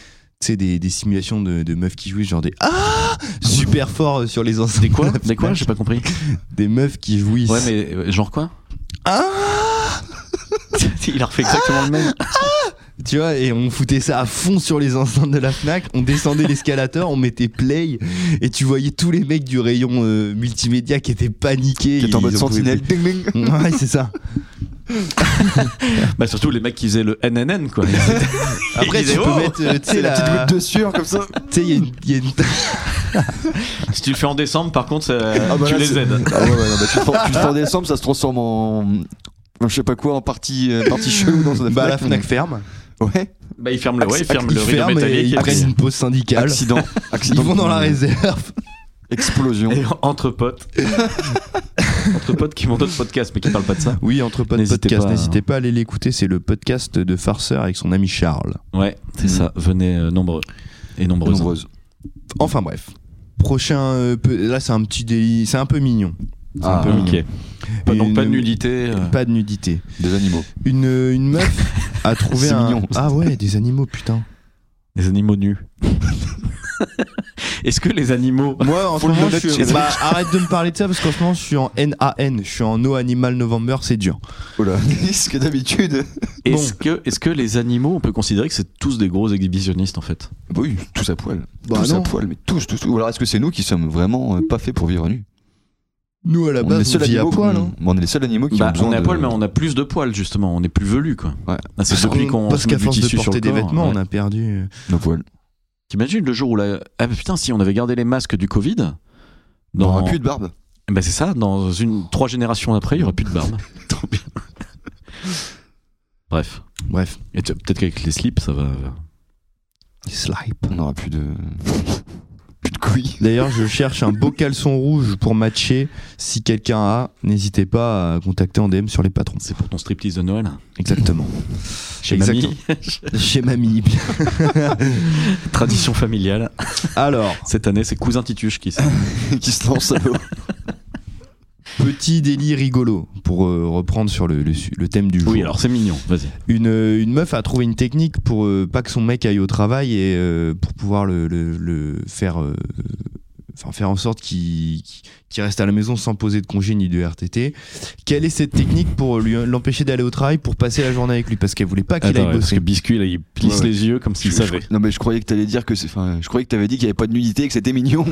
Speaker 5: Tu sais, des, des simulations de, de meufs qui jouent, genre des Ah Super fort euh, sur les enceintes.
Speaker 4: Des quoi
Speaker 5: de la
Speaker 4: Des quoi
Speaker 5: Fnac.
Speaker 4: J'ai pas compris.
Speaker 5: Des meufs qui jouissent.
Speaker 4: Ouais, mais euh, genre quoi
Speaker 5: Ah
Speaker 4: [LAUGHS] Il a refait exactement le même.
Speaker 5: Tu vois, et on foutait ça à fond sur les enceintes de la Fnac. On descendait l'escalator, on mettait play, et tu voyais tous les mecs du rayon euh, multimédia qui étaient paniqués.
Speaker 6: Qui est en
Speaker 5: ils
Speaker 6: mode
Speaker 5: en pouvaient
Speaker 6: sentinelle. Ding, ding.
Speaker 5: plus. Ouais, c'est ça.
Speaker 4: Bah surtout les mecs qui faisaient le NNN
Speaker 6: [LAUGHS]
Speaker 4: quoi. Ils étaient-
Speaker 5: Après,
Speaker 4: Ils
Speaker 5: tu
Speaker 4: disaient,
Speaker 5: peux
Speaker 4: oh
Speaker 5: mettre, euh, tu sais,
Speaker 6: C'est la petite
Speaker 5: la.
Speaker 6: goutte de sueur comme ça.
Speaker 5: Tu sais, il y a une- il y a une
Speaker 4: Si tu le fais en décembre, par contre, ça-
Speaker 6: Ah bah
Speaker 4: tu
Speaker 6: là,
Speaker 4: les
Speaker 6: c'est-
Speaker 4: aides.
Speaker 6: Ah ouais, ouais, non, bah, tu, te prends- tu te prends en décembre, ça se transforme en. en Je sais pas quoi, en partie, euh, partie chelou [LAUGHS] dans un
Speaker 5: Bah la Fnac ferme,
Speaker 6: Ouais.
Speaker 4: Bah ils ferment le, ouais, ils ferment
Speaker 5: ils
Speaker 4: le rideau
Speaker 5: ferment et
Speaker 4: métallique.
Speaker 5: ils
Speaker 4: et puis-
Speaker 5: prennent une pause syndicale.
Speaker 6: Accident. Accident.
Speaker 5: Ils vont dans la réserve.
Speaker 6: Explosion.
Speaker 4: Et en- entre
Speaker 6: [LAUGHS]
Speaker 4: potes. entre potes qui montent d'autres podcasts mais qui parlent pas de ça.
Speaker 5: Oui, entre potes
Speaker 4: N'hésitez
Speaker 5: podcast,
Speaker 4: pas, hein.
Speaker 5: n'hésitez pas à aller l'écouter, c'est le podcast de Farceur avec son ami Charles.
Speaker 4: Ouais, c'est
Speaker 6: Mm.
Speaker 4: ça. Venez euh, nombreux et nombreuses.
Speaker 6: Nombreuses.
Speaker 5: Enfin bref. Prochain euh, peu- là c'est un petit délit, c'est un peu mignon. C'est un
Speaker 6: Ah,
Speaker 5: peu
Speaker 4: Ok.
Speaker 5: mignon.
Speaker 4: Pas- donc
Speaker 5: Une-
Speaker 4: pas de nudité. euh.
Speaker 5: Pas de nudité.
Speaker 6: Des animaux.
Speaker 5: Une, une meuf
Speaker 4: [LAUGHS]
Speaker 5: a trouvé
Speaker 6: C'est
Speaker 5: un
Speaker 6: mignon.
Speaker 5: Ah ouais, des animaux putain.
Speaker 4: Des animaux nus. [LAUGHS] Est-ce que les animaux.
Speaker 5: Moi en ce
Speaker 6: le
Speaker 5: moment
Speaker 6: noter.
Speaker 5: je suis bah, arrête de me parler de ça parce qu'en ce moment je suis en NAN, je suis en No Animal November, c'est dur.
Speaker 6: Oh là. Est-ce que d'habitude.
Speaker 4: Est-ce que, est que les animaux, on peut considérer que c'est tous des gros exhibitionnistes en fait
Speaker 6: Bah oui, tous à poil.
Speaker 5: Bah
Speaker 6: tous
Speaker 5: non.
Speaker 6: à poil, mais tous, tous. tous. Ou alors est-ce que c'est nous qui sommes vraiment euh, pas faits pour vivre nus
Speaker 5: Nous à la
Speaker 6: On est les
Speaker 5: base Bah on
Speaker 6: seuls
Speaker 5: vit à
Speaker 6: animaux.
Speaker 5: poil. hein.
Speaker 6: qu'on- on est les seuls animaux qui
Speaker 4: Bah,
Speaker 6: ont besoin
Speaker 4: On est à
Speaker 6: de-
Speaker 4: poil, mais on a plus de poils justement, on est plus velu quoi.
Speaker 6: Ouais.
Speaker 4: Ah, c'est depuis qu'on
Speaker 5: parce
Speaker 4: se met
Speaker 5: qu'à
Speaker 4: du
Speaker 5: force de
Speaker 4: tissu sur
Speaker 5: porter
Speaker 4: le
Speaker 5: des
Speaker 4: corps,
Speaker 5: vêtements,
Speaker 4: ouais.
Speaker 5: on a perdu. euh,
Speaker 6: nos poils.
Speaker 4: T'imagines le jour où la. Ah putain, si on avait gardé les masques du Covid.
Speaker 6: On
Speaker 4: Dans...
Speaker 6: aura plus de barbe.
Speaker 4: Bah c'est ça, dans une trois générations après, il y aura plus
Speaker 5: [LAUGHS]
Speaker 4: de barbe. Trop bien. Bref.
Speaker 5: Bref,
Speaker 4: Et tu- peut-être qu'avec les slips, ça va.
Speaker 5: Slipe.
Speaker 6: On aura plus de. plus de
Speaker 5: [LAUGHS]
Speaker 6: couilles.
Speaker 5: D'ailleurs, je cherche un beau caleçon rouge pour matcher. Si quelqu'un a, n'hésitez pas à contacter en DM sur les patrons.
Speaker 4: C'est pour ton striptease de Noël.
Speaker 5: Exactement.
Speaker 4: [LAUGHS] Chez
Speaker 5: Exactement.
Speaker 4: mamie.
Speaker 5: Chez Mamie.
Speaker 4: [LAUGHS] Tradition familiale.
Speaker 5: Alors,
Speaker 4: Cette année, c'est cousin
Speaker 5: [COUGHS]
Speaker 4: Tituche qui. s'est-
Speaker 6: qui se lancent à l'eau.
Speaker 5: petit délit rigolo pour euh, reprendre sur le, le su- le thème du jour.
Speaker 4: Oui, alors c'est mignon. Vas-y.
Speaker 5: Une, euh, une meuf a trouvé une technique pour euh, pas que son mec aille au travail et euh, pour pouvoir le, le- le faire euh, enfin, faire en sorte qu'ils qu'ils restent à la maison sans poser de congé ni de RTT. Quelle est cette technique pour lui l'empêcher d'aller au travail pour passer la journée avec lui Parce qu'elle voulait pas qu'il
Speaker 4: Attends,
Speaker 5: aille
Speaker 4: ouais, parce
Speaker 5: bosser.
Speaker 4: que Biscuit, là, il plisse
Speaker 6: Ouais, ouais.
Speaker 4: les yeux comme s'il
Speaker 6: Je- je-
Speaker 4: savait.
Speaker 6: non mais je croyais que t'allais dire que c'est. Enfin, je croyais que t'avais dit qu'il y avait pas de nudité et que c'était mignon.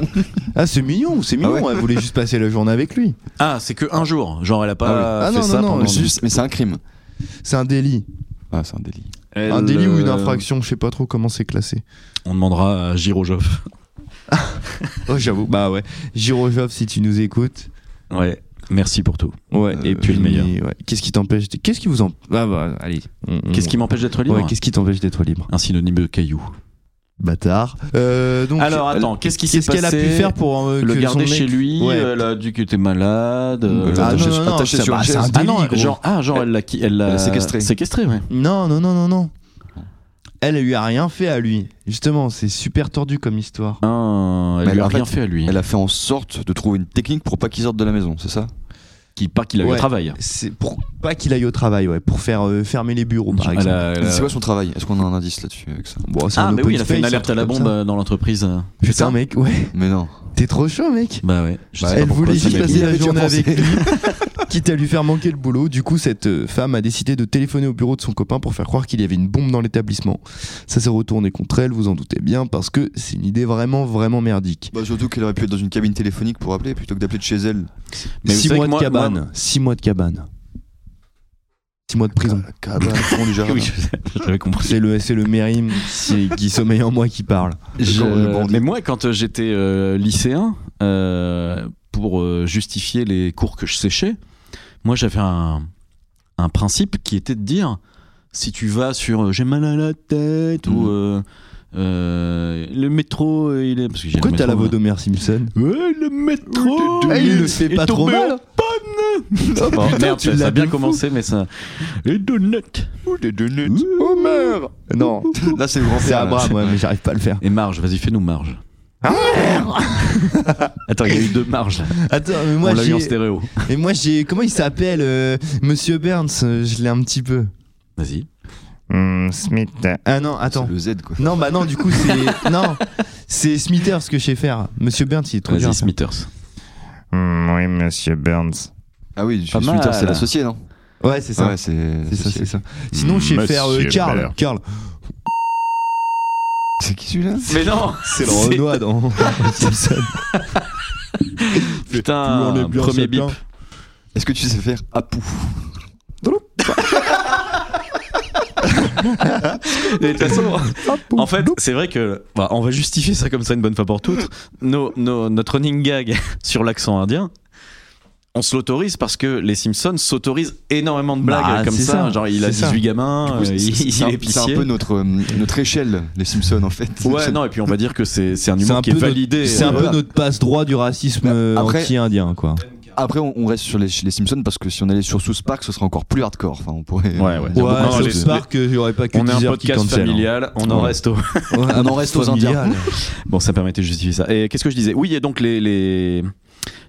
Speaker 5: Ah, c'est mignon, c'est mignon.
Speaker 6: ouais.
Speaker 5: Elle voulait juste passer la journée avec lui.
Speaker 4: Ah, c'est que un jour. Genre, elle a pas
Speaker 5: Ah oui. Ah
Speaker 4: fait
Speaker 5: non, non,
Speaker 4: ça
Speaker 5: non,
Speaker 4: pendant
Speaker 6: Juste, mais c'est un crime.
Speaker 5: C'est un délit.
Speaker 6: Ah, c'est un délit.
Speaker 5: Un délit ou une
Speaker 4: euh,
Speaker 5: infraction, je sais pas trop comment c'est classé.
Speaker 4: On demandera à Girojoff.
Speaker 5: Oh, j'avoue. Bah ouais. Girojov, si tu nous écoutes.
Speaker 4: Ouais. Merci pour tout.
Speaker 5: Ouais.
Speaker 4: et puis le meilleur.
Speaker 5: ouais. Qu'est-ce qui t'empêche de- Qu'est-ce qui vous en Ah bah allez. On- on-
Speaker 4: Qu'est-ce qui m'empêche d'être libre
Speaker 5: Ouais, qu'est-ce qui t'empêche d'être libre
Speaker 4: Un synonyme de caillou.
Speaker 5: Bâtard. Euh, donc,
Speaker 4: Alors, attends, qu'est-ce qui s'est
Speaker 5: qu'est-ce qu'elle a
Speaker 4: passé
Speaker 5: pu faire pour euh,
Speaker 4: Le
Speaker 5: que
Speaker 4: garder
Speaker 5: son
Speaker 4: chez
Speaker 5: mec-
Speaker 4: lui, euh,
Speaker 5: Ouais.
Speaker 4: elle a dit qu'il était malade. euh,
Speaker 6: Euh,
Speaker 5: Ah,
Speaker 6: attaché-
Speaker 5: non, non, non,
Speaker 6: attaché
Speaker 5: ça-
Speaker 6: sur une
Speaker 5: bah, c'est
Speaker 6: chaise.
Speaker 5: un
Speaker 4: Ah
Speaker 5: délit,
Speaker 4: non,
Speaker 5: gros.
Speaker 4: genre, ah, genre elle l'a qui- elle
Speaker 6: Elle
Speaker 4: l'a
Speaker 6: l'a séquestré.
Speaker 4: Séquestré, ouais.
Speaker 5: Non, non, non, non, non. Elle elle lui a rien fait à lui. Justement, c'est super tordu comme histoire.
Speaker 4: Ah, elle
Speaker 6: Mais
Speaker 4: lui a
Speaker 6: en fait,
Speaker 4: rien fait à lui.
Speaker 6: Elle a fait en sorte de trouver une technique pour pas qu'il sorte de la maison, c'est ça
Speaker 4: Qui part qu'il a eu
Speaker 5: Ouais.
Speaker 4: un travail.
Speaker 5: C'est pour pas qu'il aille au travail, ouais, pour faire euh, fermer les bureaux, par
Speaker 4: Elle
Speaker 5: exemple.
Speaker 4: a- elle a-
Speaker 6: C'est quoi son travail Est-ce qu'on a un indice là-dessus avec ça
Speaker 5: Bon, c'est
Speaker 4: Ah,
Speaker 5: un
Speaker 4: mais
Speaker 5: open
Speaker 4: oui, elle a fait une
Speaker 5: space,
Speaker 4: alerte
Speaker 5: un
Speaker 4: à la
Speaker 5: truc
Speaker 4: bombe
Speaker 5: comme ça.
Speaker 4: euh, dans l'entreprise. euh.
Speaker 5: Putain, mec, ouais,
Speaker 6: Mais non.
Speaker 5: t'es trop chaud, mec.
Speaker 4: Bah ouais. Je
Speaker 6: Bah,
Speaker 4: sais
Speaker 5: elle
Speaker 4: pas pourquoi,
Speaker 5: voulait
Speaker 4: ça
Speaker 5: juste
Speaker 4: m'a
Speaker 5: passer
Speaker 4: dit.
Speaker 5: la
Speaker 6: Il y avait
Speaker 5: journée
Speaker 6: déjà
Speaker 5: avec lui, [LAUGHS] quitte à lui faire manquer le boulot. Du coup, cette euh, femme a décidé de téléphoner au bureau de son copain pour faire croire qu'il y avait une bombe dans l'établissement. Ça s'est retourné contre elle, vous en doutez bien, parce que c'est une idée vraiment, vraiment merdique.
Speaker 6: Bah surtout qu'elle aurait pu être dans une cabine téléphonique pour appeler plutôt que d'appeler de chez elle.
Speaker 4: Mais vous
Speaker 5: 6
Speaker 4: savez
Speaker 5: mois
Speaker 4: que
Speaker 5: de
Speaker 4: moi-
Speaker 5: cabane. 6 mois de cabane. 6 mois de prison.
Speaker 6: Cabane, fond du
Speaker 4: [LAUGHS]
Speaker 6: jardin.
Speaker 4: [LAUGHS] Oui, je- j'avais compris.
Speaker 5: C'est le, c'est le mérim qui, qui sommeille en moi qui parle.
Speaker 4: Je-
Speaker 5: Quand on est bandit.
Speaker 4: mais moi, quand euh, j'étais euh, lycéen, euh, pour euh, justifier les cours que je séchais, moi j'avais un, un principe qui était de dire si tu vas sur euh, j'ai mal à la tête
Speaker 5: Mm.
Speaker 4: ou euh, euh, le métro, euh, il est. Parce que j'ai
Speaker 5: Pourquoi
Speaker 4: le
Speaker 5: t'as la
Speaker 4: métro,
Speaker 5: voix d'Homer Simpson
Speaker 4: là. Ouais, le métro
Speaker 5: Eh, il le fait
Speaker 4: est
Speaker 5: pas trop
Speaker 4: tombé
Speaker 5: mal. Oh, [LAUGHS]
Speaker 4: en panne. Bon, merde,
Speaker 5: tu
Speaker 4: ça, ça
Speaker 5: l'as
Speaker 4: a bien
Speaker 5: de fou.
Speaker 4: commencé, mais ça. Les donuts
Speaker 5: Homer Euh, Non,
Speaker 6: [LAUGHS] Là c'est le grand
Speaker 5: c'est
Speaker 6: frère, là.
Speaker 5: Abraham, ouais, mais j'arrive pas à le faire.
Speaker 4: Et marge, vas-y, fais-nous marge. Attends, il y a eu deux marges. là.
Speaker 5: Attends, mais
Speaker 4: On
Speaker 5: moi
Speaker 4: l'a eu en
Speaker 5: j'ai.
Speaker 4: stéréo.
Speaker 5: Et moi j'ai. Comment il s'appelle euh, Monsieur Burns euh, Je l'ai un petit peu.
Speaker 4: Vas-y.
Speaker 2: Hmm, Smith.
Speaker 5: Ah non,
Speaker 6: C'est
Speaker 5: attends.
Speaker 6: le Z quoi.
Speaker 5: Non, bah non, du coup
Speaker 2: [LAUGHS]
Speaker 5: c'est. non C'est Smithers que je sais faire. Monsieur Burns, il est trop dur. à
Speaker 4: Vas-y,
Speaker 5: faire.
Speaker 4: Smithers.
Speaker 2: Hmm, oui, monsieur Burns.
Speaker 6: Ah oui,
Speaker 4: Pas
Speaker 6: Twitter
Speaker 4: mal.
Speaker 6: c'est l'associé non
Speaker 5: Ouais, c'est ça.
Speaker 6: Ouais, c'est
Speaker 5: c'est ça, c'est
Speaker 6: l'associé.
Speaker 5: ça. Sinon, je sais faire euh,
Speaker 2: Monsieur
Speaker 5: Karl.
Speaker 2: Ballard.
Speaker 5: Karl.
Speaker 6: C'est qui celui-là
Speaker 4: Mais non
Speaker 5: [LAUGHS] C'est le Renoir dans Simpson.
Speaker 4: Putain,
Speaker 5: Plus on est bien,
Speaker 4: premier
Speaker 5: c'est
Speaker 4: bip.
Speaker 5: bien.
Speaker 6: Est-ce que tu sais faire Apou
Speaker 4: Et De toute [LAUGHS] façon, en fait, c'est vrai que. bah, on va justifier ça comme ça une bonne fois pour toutes. Nos- nos- notre running gag [LAUGHS] sur l'accent indien. On se l'autorise parce que les Simpsons s'autorisent énormément de blagues
Speaker 5: Bah,
Speaker 4: comme
Speaker 5: c'est
Speaker 4: ça.
Speaker 5: ça,
Speaker 4: Genre, il a
Speaker 5: c'est ça.
Speaker 4: 18 gamins, euh,
Speaker 6: C'est-
Speaker 4: il,
Speaker 6: c'est-
Speaker 4: il
Speaker 6: C'est
Speaker 4: est
Speaker 6: un- c'est un
Speaker 4: épicier.
Speaker 6: peu notre euh, notre échelle les Simpsons en fait.
Speaker 4: Ouais, non, et puis on va dire que c'est c'est un humour qui est
Speaker 5: notre-
Speaker 4: validé.
Speaker 5: C'est un
Speaker 4: euh,
Speaker 5: peu notre passe-droit du racisme
Speaker 6: Bah,
Speaker 5: euh,
Speaker 6: après-
Speaker 5: anti-indien, quoi.
Speaker 6: Après, on, on reste sur les, les Simpsons parce que si on allait sur South Park, ce serait encore plus hardcore. Enfin, on pourrait.
Speaker 4: Ouais, ouais.
Speaker 5: Ouais,
Speaker 4: Non, non,
Speaker 5: South
Speaker 4: les-
Speaker 5: Park, euh, il y aurait pas que
Speaker 4: On est un
Speaker 5: 10 heures qui
Speaker 4: podcast
Speaker 5: cancel, hein.
Speaker 4: familial, on en
Speaker 5: Ouais.
Speaker 4: reste au...
Speaker 5: Ouais,
Speaker 6: On en reste aux Indiens.
Speaker 5: familial.
Speaker 4: Bon, ça permettait de justifier ça. Et qu'est-ce que je disais Oui, et donc les, les,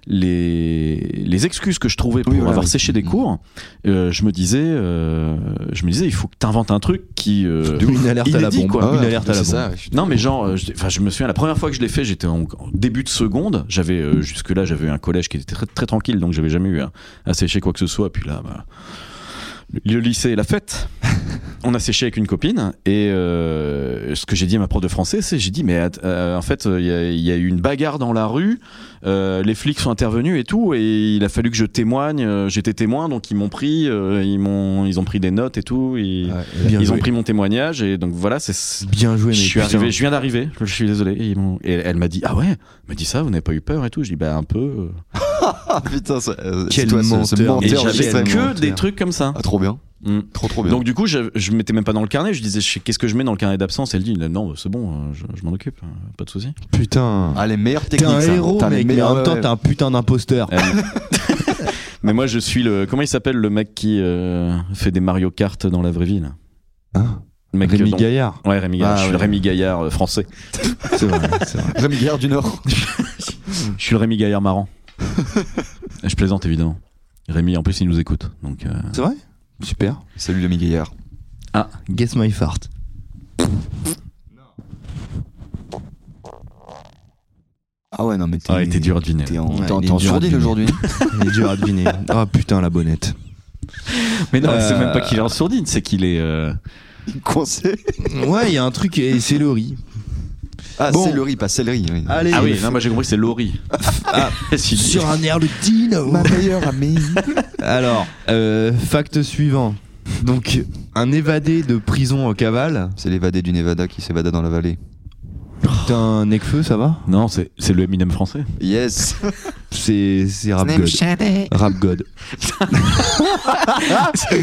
Speaker 4: les, les excuses que je trouvais pour
Speaker 6: Oui, voilà,
Speaker 4: avoir
Speaker 6: oui.
Speaker 4: séché des
Speaker 6: Mhm.
Speaker 4: cours, euh, je, me disais, euh, je me disais, il faut que tu inventes un truc qui... euh,
Speaker 5: Une alerte à la
Speaker 4: Inédit,
Speaker 5: bombe.
Speaker 4: quoi.
Speaker 5: Une alerte à la
Speaker 6: C'est
Speaker 5: bombe.
Speaker 6: ça, ouais, je suis
Speaker 4: Non mais genre, euh, je, enfin, je me souviens la première fois que je l'ai fait, j'étais en, en début de seconde. J'avais euh, jusque là, j'avais un collège qui était très, très tranquille, donc j'avais jamais eu à, à sécher quoi que ce soit. Puis là, bah, le, le lycée et
Speaker 5: [LAUGHS]
Speaker 4: la fête. On a séché avec une copine et euh, ce que j'ai dit à ma prof de français, c'est j'ai dit mais att- euh, en fait il y a- il y, a eu une bagarre dans la rue, euh, les flics sont intervenus et tout et il a fallu que je témoigne. euh, J'étais témoin donc ils m'ont pris, euh, ils m'ont ils ont pris des notes et tout, ils,
Speaker 6: Ouais,
Speaker 5: Bien
Speaker 4: ils ont
Speaker 5: joué.
Speaker 4: pris mon témoignage et donc voilà c'est
Speaker 5: Bien joué, mec.
Speaker 4: je suis
Speaker 5: putain.
Speaker 4: arrivé, je viens d'arriver, je suis désolé. Et, ils m'ont- et elle m'a dit ah ouais, elle m'a dit ça, vous n'avez pas eu peur et tout. Je dis bah un peu.
Speaker 6: Ah putain, ça, euh,
Speaker 5: Quel
Speaker 6: c'est toi, ce- ce
Speaker 5: menteur.
Speaker 4: Et
Speaker 5: Menteur,
Speaker 4: j'avais
Speaker 5: j'étais
Speaker 4: que
Speaker 5: menteur.
Speaker 4: des trucs comme ça.
Speaker 6: Ah, trop bien,
Speaker 4: Mm.
Speaker 6: trop trop bien.
Speaker 4: Donc du coup, je, je mettais même pas dans le carnet. Je disais je- qu'est-ce que je mets dans le carnet d'absence. Elle dit non, c'est bon, euh, je, je m'en occupe, euh, pas de souci.
Speaker 5: Putain.
Speaker 6: ah, les meilleures
Speaker 5: T'es
Speaker 6: techniques.
Speaker 5: un
Speaker 6: ça.
Speaker 5: héros,
Speaker 6: T'as les
Speaker 5: mec, mais
Speaker 6: meilleures-
Speaker 5: en même temps,
Speaker 6: ouais,
Speaker 5: t'es un putain d'imposteur.
Speaker 4: Elle- Mais moi, je suis le comment il s'appelle le mec qui euh, fait des Mario Kart dans la vraie vie là.
Speaker 5: Hein
Speaker 4: Le mec
Speaker 5: Rémi
Speaker 4: dont-
Speaker 5: Gaillard.
Speaker 4: Ouais, Rémi Gaillard.
Speaker 6: Ah,
Speaker 4: je suis le
Speaker 6: ouais.
Speaker 4: Rémi Gaillard euh, français.
Speaker 5: C'est vrai, c'est vrai.
Speaker 6: ouais. Rémi Guerre du Nord.
Speaker 4: Je suis le Rémi Gaillard marrant. je plaisante évidemment. Rémi, en plus, il nous écoute. Donc, euh,
Speaker 5: [LAUGHS] C'est vrai Super.
Speaker 6: Salut Rémi Gaillard.
Speaker 5: Guess my fart.
Speaker 6: Ah ouais, non, mais t'es.
Speaker 4: Ah, il était dur à deviner.
Speaker 6: T'es en,
Speaker 5: Ouais,
Speaker 6: t'es en-
Speaker 5: il est
Speaker 6: t'es en
Speaker 5: dur à
Speaker 6: sourdine
Speaker 5: deviner.
Speaker 6: [LAUGHS] aujourd'hui.
Speaker 5: Il est dur à deviner. Ah putain, la bonnette.
Speaker 4: Mais non, c'est
Speaker 5: Euh,
Speaker 4: même pas qu'il est en sourdine, c'est qu'il est. euh,
Speaker 6: Conseil.
Speaker 5: Ouais, il y a un truc, et c'est le riz.
Speaker 6: Ah,
Speaker 5: Bon.
Speaker 6: céleri, pas céleri. oui.
Speaker 5: Allez,
Speaker 4: Ah oui, non, moi j'ai compris que
Speaker 5: [LAUGHS]
Speaker 4: c'est Laurie. Ah, [LAUGHS] si.
Speaker 5: sur un air de dino.
Speaker 6: meilleure amie.
Speaker 5: Alors, euh, fact suivant. Donc, un évadé de prison en cavale.
Speaker 6: C'est l'évadé du Nevada qui s'évada dans la vallée.
Speaker 5: T'as un Necfeu, ça va
Speaker 4: Non, c'est c'est le
Speaker 5: [LAUGHS]
Speaker 4: Eminem français.
Speaker 6: Yes. [LAUGHS]
Speaker 5: C'est c'est Rap God. Rap God.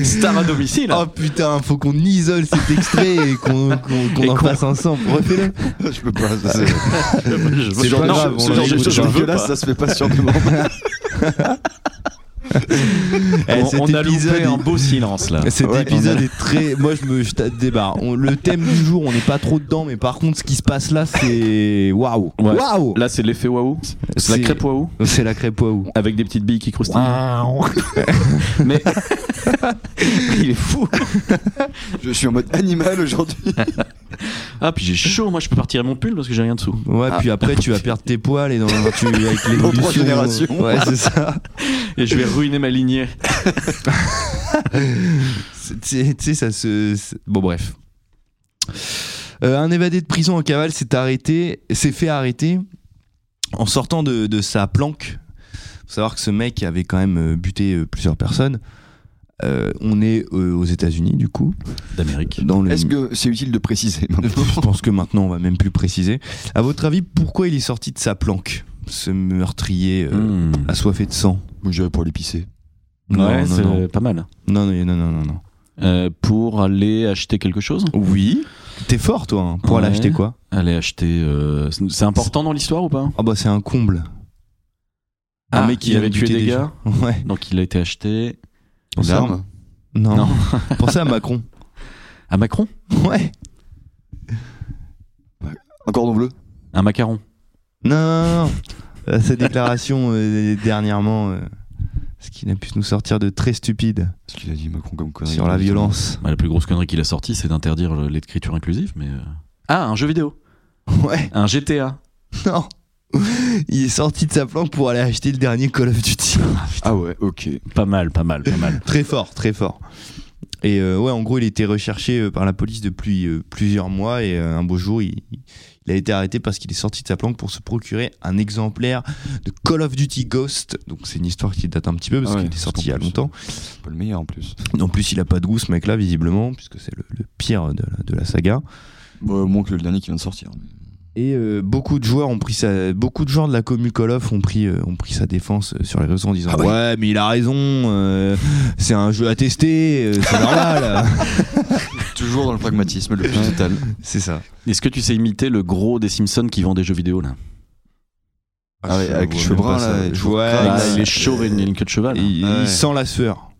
Speaker 4: Star à domicile.
Speaker 5: Oh putain, faut qu'on isole cet extrait et qu'on qu'on- qu'on
Speaker 4: Et
Speaker 5: en
Speaker 4: qu'on-
Speaker 5: fasse ensemble. Refais-le.
Speaker 6: je peux pas. ça, c'est-
Speaker 5: Ah, C'est
Speaker 6: genre
Speaker 5: bah, pas
Speaker 6: de-
Speaker 5: grave, on
Speaker 6: ce genre de
Speaker 5: l'écoute
Speaker 6: choses
Speaker 5: pas.
Speaker 6: dégueulasses, ça se fait pas sur du monde.
Speaker 5: Eh,
Speaker 4: on,
Speaker 5: cet
Speaker 4: on a
Speaker 5: épisode,
Speaker 4: loupé
Speaker 5: il-
Speaker 4: un beau silence là.
Speaker 5: Cet
Speaker 6: Ouais,
Speaker 5: épisode est très. Moi, je me je tape des barres. On- le thème du jour, on n'est pas trop dedans, mais par contre, ce qui se passe là, c'est waouh.
Speaker 4: Ouais.
Speaker 5: Waouh.
Speaker 4: Là, c'est l'effet waouh. C'est la
Speaker 5: C'est-
Speaker 4: crêpe waouh.
Speaker 5: C'est la crêpe waouh.
Speaker 4: Avec des petites billes qui croustillent.
Speaker 6: Ah.
Speaker 4: Mais. Il est fou.
Speaker 6: Je suis en mode animal aujourd'hui.
Speaker 4: Ah, puis j'ai chaud. Moi, je peux partir à mon pull parce que j'ai rien dessous.
Speaker 5: Ouais, puis après, tu vas perdre tes poils et dans, tu, avec
Speaker 6: Ah. [LAUGHS] Dans trois
Speaker 5: l'évolution.
Speaker 6: générations.
Speaker 5: Ouais, c'est ça.
Speaker 4: Et je vais ruiner ma lignée.
Speaker 5: C'est- Tu sais, ça se. c'est- Bon, bref. Euh, un évadé de prison en cavale s'est arrêté, s'est fait arrêter en sortant de, de sa planque. Faut savoir que ce mec avait quand même euh, buté euh, plusieurs personnes. Euh, on est euh, aux États-Unis, du coup.
Speaker 4: D'Amérique.
Speaker 5: Dans le.
Speaker 6: Est-ce que c'est utile de préciser
Speaker 5: [LAUGHS] Je pense que maintenant, on va même plus préciser. À votre avis, pourquoi il est sorti de sa planque, ce meurtrier euh,
Speaker 4: Hmm.
Speaker 5: assoiffé de sang
Speaker 6: J'irai pour l'épicer.
Speaker 4: Ouais,
Speaker 5: non,
Speaker 4: c'est
Speaker 5: non.
Speaker 4: pas mal.
Speaker 5: Non, non, non, non, non, non.
Speaker 4: Euh, pour aller acheter quelque chose
Speaker 5: Oui. T'es fort, toi, hein, pour aller
Speaker 4: Ouais.
Speaker 5: acheter quoi
Speaker 4: Aller acheter. euh, c'est- C'est important dans l'histoire ou pas
Speaker 5: Ah, bah, c'est un comble.
Speaker 4: Un mec qui
Speaker 5: il a
Speaker 4: Ah, avait tué
Speaker 5: buté
Speaker 4: des
Speaker 5: gens. [LAUGHS]
Speaker 4: gars.
Speaker 5: Ouais.
Speaker 4: Donc il a été acheté.
Speaker 5: Pensez à-
Speaker 6: L'arme
Speaker 5: Non. [LAUGHS]
Speaker 4: Non.
Speaker 5: Pensez à Macron.
Speaker 4: À Macron
Speaker 5: Ouais.
Speaker 6: Un cordon bleu
Speaker 4: Un macaron.
Speaker 5: Non, non, non. Euh, Sa déclaration euh, dernièrement, euh, ce qu'il a pu nous sortir de très stupide
Speaker 6: Ce qu'il a dit Macron comme connerie.
Speaker 5: sur la violence. [LAUGHS]
Speaker 4: Bah, la plus grosse connerie qu'il a sortie, c'est d'interdire le- l'écriture inclusive. Mais euh, ah, un jeu vidéo.
Speaker 5: Ouais.
Speaker 4: Un GTA.
Speaker 5: Non. Il est sorti de sa planque pour aller acheter le dernier Call of Duty.
Speaker 6: Ah ouais, ok.
Speaker 4: Pas mal, pas mal, pas mal.
Speaker 5: Très fort, très fort. Et euh, ouais, en gros, il était recherché euh, par la police depuis euh, plusieurs mois et euh, un beau jour, il, il a été arrêté parce qu'il est sorti de sa planque pour se procurer un exemplaire de Call of Duty Ghost. Donc c'est une histoire qui date un petit peu parce
Speaker 6: Ah ouais,
Speaker 5: qu'il est sorti
Speaker 6: en
Speaker 5: il y a
Speaker 6: plus,
Speaker 5: longtemps.
Speaker 6: C'est pas le meilleur en plus.
Speaker 5: En plus, il a pas de goût ce mec-là, visiblement, puisque c'est le, le pire de la, de la saga.
Speaker 6: Bon, moins que le dernier qui vient de sortir.
Speaker 5: Et euh, beaucoup de joueurs ont pris sa, beaucoup de joueurs de la commu Call of ont pris, euh, ont pris sa défense euh, sur les réseaux en disant
Speaker 6: Ah
Speaker 5: ouais.
Speaker 6: ouais.
Speaker 5: mais il a raison, euh, c'est un jeu à tester, euh, c'est
Speaker 6: [LAUGHS]
Speaker 5: normal.
Speaker 6: Toujours dans le pragmatisme le plus total.
Speaker 5: c'est ça.
Speaker 4: [LAUGHS] Est-ce que tu sais imiter le gros des Simpsons qui vend des jeux vidéo là
Speaker 6: Ah ouais,
Speaker 5: Je
Speaker 6: avec les
Speaker 5: vois
Speaker 6: cheveux
Speaker 5: même
Speaker 6: bruns,
Speaker 5: pas
Speaker 6: là,
Speaker 5: ça.
Speaker 6: et tout.
Speaker 5: Ouais,
Speaker 6: Ah,
Speaker 4: Bah,
Speaker 5: il-
Speaker 4: Il est chaud et il a une queue de cheval. hein.
Speaker 5: il, il
Speaker 6: Ah ouais.
Speaker 5: sent la sueur,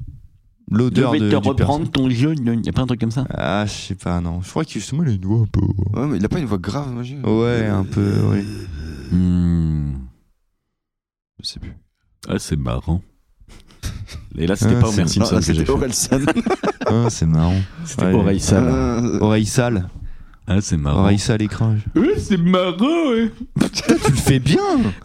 Speaker 5: l'odeur
Speaker 4: devait
Speaker 5: de.
Speaker 4: te
Speaker 5: du
Speaker 4: reprendre ton jeu. Il n'y a pas un truc comme ça
Speaker 5: perso- Ah, je sais pas, non. Je crois qu'il justement il a une voix un peu.
Speaker 6: Ouais, mais il a pas une voix grave, moi j'ai-
Speaker 5: Ouais, un peu, oui.
Speaker 4: Hmm.
Speaker 6: Je sais plus.
Speaker 4: Ah, c'est marrant. [LAUGHS] Et là, c'était
Speaker 5: Ah,
Speaker 4: pas
Speaker 5: c'est
Speaker 4: Homer
Speaker 6: Non,
Speaker 4: Simpson
Speaker 6: là,
Speaker 4: que j'ai
Speaker 6: c'était
Speaker 4: fait.
Speaker 6: Orelsan.
Speaker 5: Ah, c'est marrant.
Speaker 4: C'était
Speaker 5: Ouais.
Speaker 4: Oreille sale.
Speaker 6: Euh,
Speaker 5: Oreille sale,
Speaker 4: Ah, c'est marrant.
Speaker 5: oreille sale et cringe.
Speaker 4: Euh, c'est marrant, ouais.
Speaker 5: tu le fais bien.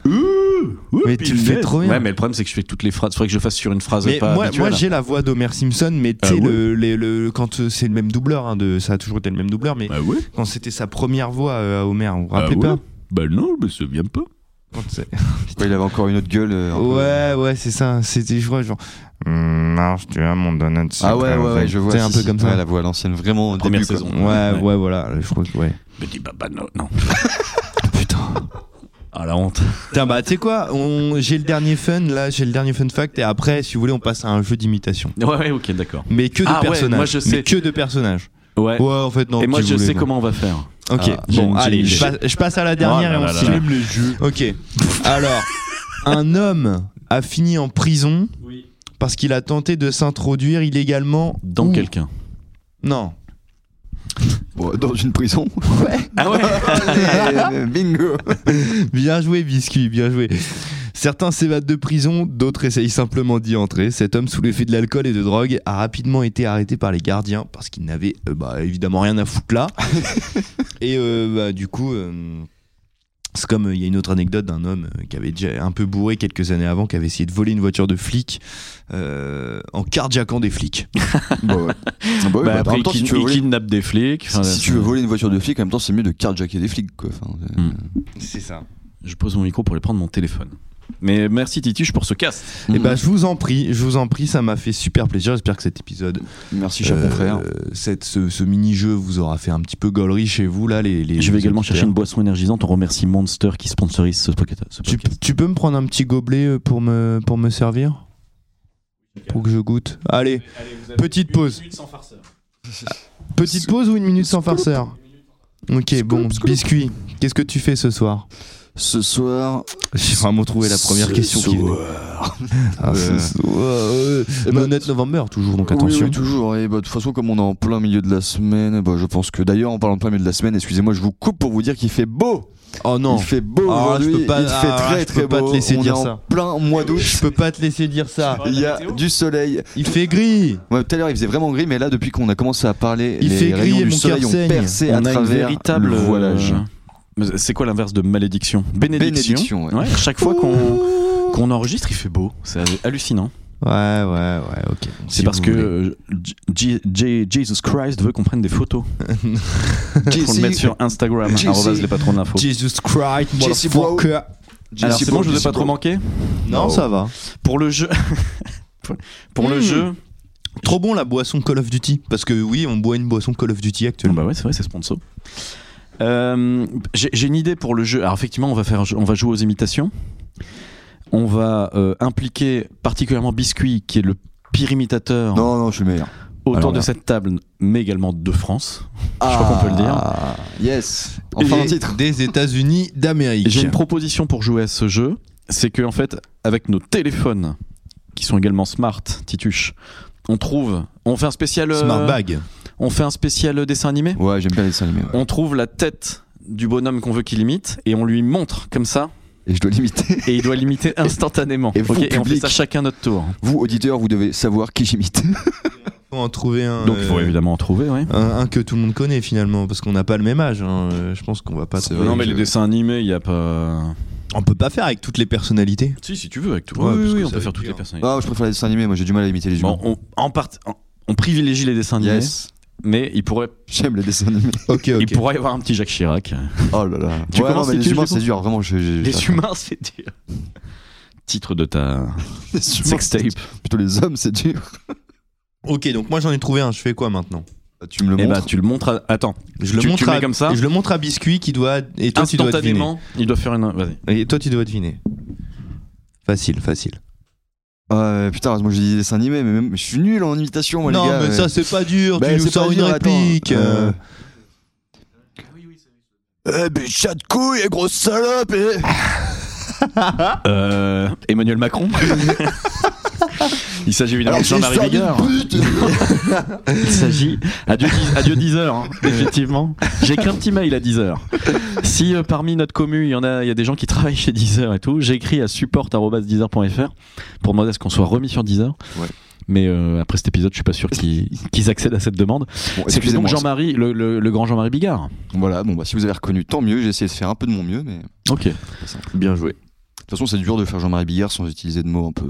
Speaker 4: Ouh, ouh,
Speaker 5: Mais tu le
Speaker 4: punaise.
Speaker 5: fais trop bien.
Speaker 4: Ouais, mais le problème, c'est que je fais toutes les phrases. Faudrait que je fasse sur une phrase
Speaker 5: Mais
Speaker 4: pas
Speaker 5: moi, moi
Speaker 4: habituelle.
Speaker 5: j'ai la voix d'Homer Simpson, mais tu sais,
Speaker 4: Ah ouais.
Speaker 5: le, les- le- quand euh, c'est le même doubleur, hein, de, ça a toujours été le même doubleur, mais
Speaker 4: Bah ouais.
Speaker 5: quand c'était sa première voix euh, à Homer, vous vous
Speaker 4: Ah
Speaker 5: rappelez
Speaker 4: ouais.
Speaker 5: pas
Speaker 4: Bah non, je me souviens pas.
Speaker 5: Quand c'est-
Speaker 6: ouais, il avait encore une autre gueule. euh, un peu.
Speaker 5: Ouais, ouais, c'est ça, c'était, je crois, genre. Hum, Marche, tu as mon donut.
Speaker 6: Ah ouais, ouais, ouais, je vois.
Speaker 5: C'est
Speaker 6: si,
Speaker 5: un peu
Speaker 6: si.
Speaker 5: comme
Speaker 6: Ouais,
Speaker 5: ça.
Speaker 6: la voix à l'ancienne, vraiment. au
Speaker 4: Première
Speaker 6: début, quoi.
Speaker 4: saison.
Speaker 5: Ouais, ouais, voilà, je crois que, ouais.
Speaker 4: Me dis bah, bah non, non.
Speaker 5: [LAUGHS] Putain.
Speaker 4: Ah la honte.
Speaker 5: Putain, bah, tu sais quoi, on- j'ai le dernier fun, là, j'ai le dernier fun fact, et après, si vous voulez, on passe à un jeu d'imitation.
Speaker 4: Ouais, ouais, ok, d'accord.
Speaker 5: Mais que de
Speaker 4: Ah ouais,
Speaker 5: personnages.
Speaker 4: moi, je
Speaker 5: Mais
Speaker 4: sais.
Speaker 5: que de personnages.
Speaker 4: Ouais.
Speaker 5: Ouais, en fait, Oh, non.
Speaker 4: Et moi,
Speaker 5: si
Speaker 4: je
Speaker 5: vous
Speaker 4: sais
Speaker 5: voulez, non.
Speaker 4: comment on va faire.
Speaker 5: Ok,
Speaker 4: Ah, j'ai
Speaker 5: bon,
Speaker 4: une- j'ai
Speaker 5: allez,
Speaker 4: une
Speaker 5: je passe, je passe à la dernière
Speaker 4: Oh là
Speaker 5: et on
Speaker 4: là
Speaker 5: se
Speaker 4: là là.
Speaker 5: les jeux. Ok. Alors, un homme a fini en prison parce qu'il a tenté de s'introduire illégalement
Speaker 4: Dans
Speaker 5: ou-
Speaker 4: quelqu'un.
Speaker 5: Non.
Speaker 6: Bon, dans une prison.
Speaker 4: Ah ouais
Speaker 6: Allez, Bingo.
Speaker 5: [LAUGHS] Bien joué, Biscuit, bien joué. Certains s'évadent de prison, d'autres essayent simplement d'y entrer. Cet homme, sous l'effet de l'alcool et de drogue, a rapidement été arrêté par les gardiens parce qu'il n'avait euh, bah, évidemment rien à foutre là. et euh, bah, du coup, euh, C'est comme euh, il y a une autre anecdote d'un homme euh, qui avait déjà un peu bourré quelques années avant, qui avait essayé de voler une voiture de flic euh, en cardiaquant des flics.
Speaker 6: Bah ouais. Ah bah oui,
Speaker 4: Bah,
Speaker 6: bah, en
Speaker 4: après,
Speaker 6: même
Speaker 4: il
Speaker 6: temps,
Speaker 4: kin-
Speaker 6: si tu veux
Speaker 4: il
Speaker 6: voler,
Speaker 4: kidnappe des flics. Enfin, euh,
Speaker 6: si
Speaker 4: là,
Speaker 6: tu veux voler une voiture de flic, en même temps, c'est mieux de carjacker des flics, quoi. Enfin, euh,
Speaker 4: Mm.
Speaker 5: C'est ça.
Speaker 4: Je pose mon micro pour aller prendre mon téléphone. Mais merci Tituche pour ce cast.
Speaker 5: Et bah je vous en prie, je vous en prie, ça m'a fait super plaisir. J'espère que cet épisode,
Speaker 6: Merci, cher
Speaker 5: euh,
Speaker 6: confrère.
Speaker 5: cette, ce, ce mini-jeu vous aura fait un petit peu gaulerie chez vous là. Les, les-
Speaker 4: je vais
Speaker 5: les
Speaker 4: également
Speaker 5: auditeurs.
Speaker 4: chercher une boisson énergisante. On remercie Monster qui sponsorise ce podcast. ce
Speaker 5: Tu,
Speaker 4: podcast.
Speaker 5: tu peux me prendre un petit gobelet euh, pour me, pour me servir Pour que je goûte. Allez, petite pause. [LAUGHS] Petite pause ou une minute sans farceur Ok, bon, biscuit, qu'est-ce que tu fais ce soir
Speaker 6: Ce soir.
Speaker 5: J'ai vraiment trouvé la première
Speaker 6: ce
Speaker 5: question qui venait.
Speaker 6: soir.
Speaker 5: [LAUGHS] Ah, ce soir, euh,
Speaker 6: Eh
Speaker 5: le
Speaker 6: ben-
Speaker 5: 9 novembre toujours, donc
Speaker 6: Oui,
Speaker 5: attention.
Speaker 6: oui, toujours. Et bah, de toute façon, comme on est en plein milieu de la semaine, bah, je pense que d'ailleurs, en parlant de plein milieu de la semaine, excusez-moi, je vous coupe pour vous dire qu'il fait beau.
Speaker 5: oh non,
Speaker 6: Il fait beau
Speaker 5: Ah, je
Speaker 6: aujourd'hui.
Speaker 5: peux pas-
Speaker 6: Il fait
Speaker 5: ah,
Speaker 6: très
Speaker 5: je
Speaker 6: très
Speaker 5: peux pas
Speaker 6: beau.
Speaker 5: te laisser
Speaker 6: on
Speaker 5: dire
Speaker 6: est en
Speaker 5: ça.
Speaker 6: plein mois d'août.
Speaker 5: je peux pas te laisser dire ça.
Speaker 6: Il y a du soleil.
Speaker 5: Il fait gris
Speaker 6: Ouais, tout à l'heure, il faisait vraiment gris, mais là, depuis qu'on a commencé à parler,
Speaker 5: Il
Speaker 6: les
Speaker 5: fait gris
Speaker 6: rayons
Speaker 5: et
Speaker 6: du
Speaker 5: mon
Speaker 6: soleil
Speaker 5: cœur
Speaker 6: ont
Speaker 5: saigne.
Speaker 6: percé à
Speaker 4: On a une
Speaker 6: travers
Speaker 4: véritable
Speaker 6: le
Speaker 4: euh,
Speaker 6: voilage.
Speaker 4: mais C'est quoi l'inverse de malédiction Bénédiction.
Speaker 6: Bénédiction, ouais.
Speaker 4: Ouais, chaque fois qu'on qu'on enregistre, il fait beau. C'est hallucinant.
Speaker 5: Ouais, ouais, ouais, ok.
Speaker 4: C'est parce que euh, J- J- Jesus Christ veut qu'on prenne des
Speaker 6: [LAUGHS]
Speaker 4: photos. Pour le
Speaker 6: Jesse-
Speaker 4: mettre sur Instagram.
Speaker 6: JC.
Speaker 4: arrobase les patrons de l'info.
Speaker 5: Jesus Christ,
Speaker 6: Jesse Bro.
Speaker 5: motherfucker.
Speaker 6: Jesse
Speaker 4: Alors c'est
Speaker 6: Bro,
Speaker 4: bon, je vous ai
Speaker 6: Jesse
Speaker 4: pas trop
Speaker 6: Bro.
Speaker 4: manqué
Speaker 5: Non, ça va.
Speaker 4: Pour le jeu. [LAUGHS] Pour
Speaker 6: Hmm.
Speaker 4: le
Speaker 5: Mm.
Speaker 4: jeu.
Speaker 5: Trop bon la boisson Call of Duty parce que oui, on boit une boisson Call of Duty
Speaker 4: Ah
Speaker 5: actuellement.
Speaker 4: bah ouais, c'est vrai, c'est sponsor. Euh, J'ai j'ai une idée pour le jeu. Alors effectivement, on va faire, on va jouer aux imitations. On va euh, impliquer particulièrement Biscuit, qui est le pire imitateur
Speaker 6: Non, non, je suis le meilleur.
Speaker 4: autour
Speaker 6: alors
Speaker 4: de
Speaker 6: là.
Speaker 4: cette table, mais également de France. Je crois qu'on peut le dire.
Speaker 6: Ah, Yes. Enfin,
Speaker 5: Et
Speaker 6: un titre.
Speaker 5: Des États-Unis d'Amérique.
Speaker 4: J'ai une proposition pour jouer à ce jeu. C'est que en fait, avec nos téléphones, qui sont également smart, Tituche, on trouve, on fait un spécial, euh,
Speaker 5: Smart bag.
Speaker 4: on fait un spécial dessin animé.
Speaker 6: Ouais, j'aime bien les dessins animés. ouais.
Speaker 4: On trouve la tête du bonhomme qu'on veut qu'il imite et on lui montre comme ça
Speaker 6: Et je
Speaker 5: [LAUGHS]
Speaker 6: dois l'imiter.
Speaker 4: et il doit l'imiter instantanément.
Speaker 6: Et vous,
Speaker 4: Ok, et on fait
Speaker 6: public.
Speaker 4: ça chacun notre tour.
Speaker 6: Vous, auditeurs, vous devez savoir qui j'imite.
Speaker 5: Faut en trouver un.
Speaker 4: Donc il faut
Speaker 5: euh,
Speaker 4: évidemment en trouver, oui.
Speaker 5: Un, un que tout le monde connaît finalement parce qu'on n'a pas le même âge. hein. Euh, Je pense qu'on va pas.
Speaker 6: C'est
Speaker 5: trouver-
Speaker 6: vrai.
Speaker 4: Non mais
Speaker 6: je-
Speaker 4: les dessins animés, il y a pas.
Speaker 5: On peut pas faire avec toutes les
Speaker 4: [LAUGHS]
Speaker 5: personnalités.
Speaker 4: Si si tu veux avec tout.
Speaker 5: Ouais,
Speaker 4: oui,
Speaker 5: parce
Speaker 4: oui,
Speaker 5: que
Speaker 4: on
Speaker 5: ça
Speaker 4: peut
Speaker 5: va
Speaker 4: faire
Speaker 5: être
Speaker 4: toutes
Speaker 5: dur.
Speaker 4: les personnalités.
Speaker 6: Ah, je préfère les dessins animés. Moi, j'ai du mal à imiter les humains.
Speaker 4: Bon, on, en part- en- on privilégie les dessins animés,
Speaker 6: yes.
Speaker 4: mais il pourrait,
Speaker 6: J'aime les dessins animés.
Speaker 5: Ok,
Speaker 4: il pourrait y avoir un petit Jacques Chirac.
Speaker 6: Oh là là.
Speaker 4: Tu
Speaker 6: ouais, non,
Speaker 4: commences,
Speaker 6: mais les
Speaker 4: tu-
Speaker 6: humains,
Speaker 4: tu-
Speaker 6: c'est dur. Vraiment, je. je-
Speaker 4: Les
Speaker 6: j'attends.
Speaker 4: humains, c'est dur. Titre de ta
Speaker 6: Les humains, c'est
Speaker 4: sextape.
Speaker 6: dur. Plutôt les hommes, c'est dur.
Speaker 5: ok, donc moi j'en ai trouvé un. Je fais quoi maintenant
Speaker 6: Bah, Tu me le
Speaker 4: Et bah
Speaker 6: montres.
Speaker 4: tu le montres. À... Attends,
Speaker 5: Je le
Speaker 4: Tu- tu
Speaker 5: montre
Speaker 4: mets
Speaker 5: à,
Speaker 4: comme ça
Speaker 5: Je le montre à Biscuit qui doit et toi tu dois deviner.
Speaker 4: instantanément, il doit faire une. Vas-y.
Speaker 5: Et toi tu dois deviner. Facile, facile.
Speaker 6: Ouais, putain, moi j'ai dit dessin animé, mais même je suis nul en imitation, moi,
Speaker 5: non
Speaker 6: les gars.
Speaker 5: mais
Speaker 6: ouais.
Speaker 5: ça c'est pas dur.
Speaker 6: Bah,
Speaker 5: tu nous
Speaker 6: c'est
Speaker 5: sors
Speaker 6: pas
Speaker 5: une
Speaker 6: dur, attends.
Speaker 5: réplique. euh.
Speaker 6: Euh, Eh, ben, chat de couille, eh, grosse salope, eh.
Speaker 4: Euh, Emmanuel Macron. il s'agit évidemment de Jean-Marie
Speaker 6: Sors d'une
Speaker 4: Bigard.
Speaker 6: pute.
Speaker 4: Il s'agit. Adieu, dix- adieu 10 heures, hein, effectivement. J'ai écrit un petit mail à 10 heures. Si euh, parmi notre commu, il y en a, il y a des gens qui travaillent chez 10 heures et tout, j'ai écrit à support.deezer.fr pour demander à ce qu'on soit remis sur 10 heures.
Speaker 6: Ouais.
Speaker 4: Mais euh, après cet épisode, je suis pas sûr qu'ils qu'ils accèdent à cette demande.
Speaker 6: Bon,
Speaker 4: C'est
Speaker 6: excusez-moi,
Speaker 4: donc Jean-Marie, le, le- le grand Jean-Marie Bigard.
Speaker 6: Voilà, bon bah si vous avez reconnu, tant mieux, j'ai essayé de faire un peu de mon mieux, mais de
Speaker 4: Ok.
Speaker 5: Bien joué.
Speaker 6: toute façon c'est dur de faire Jean-Marie Bigard sans utiliser de mots un peu...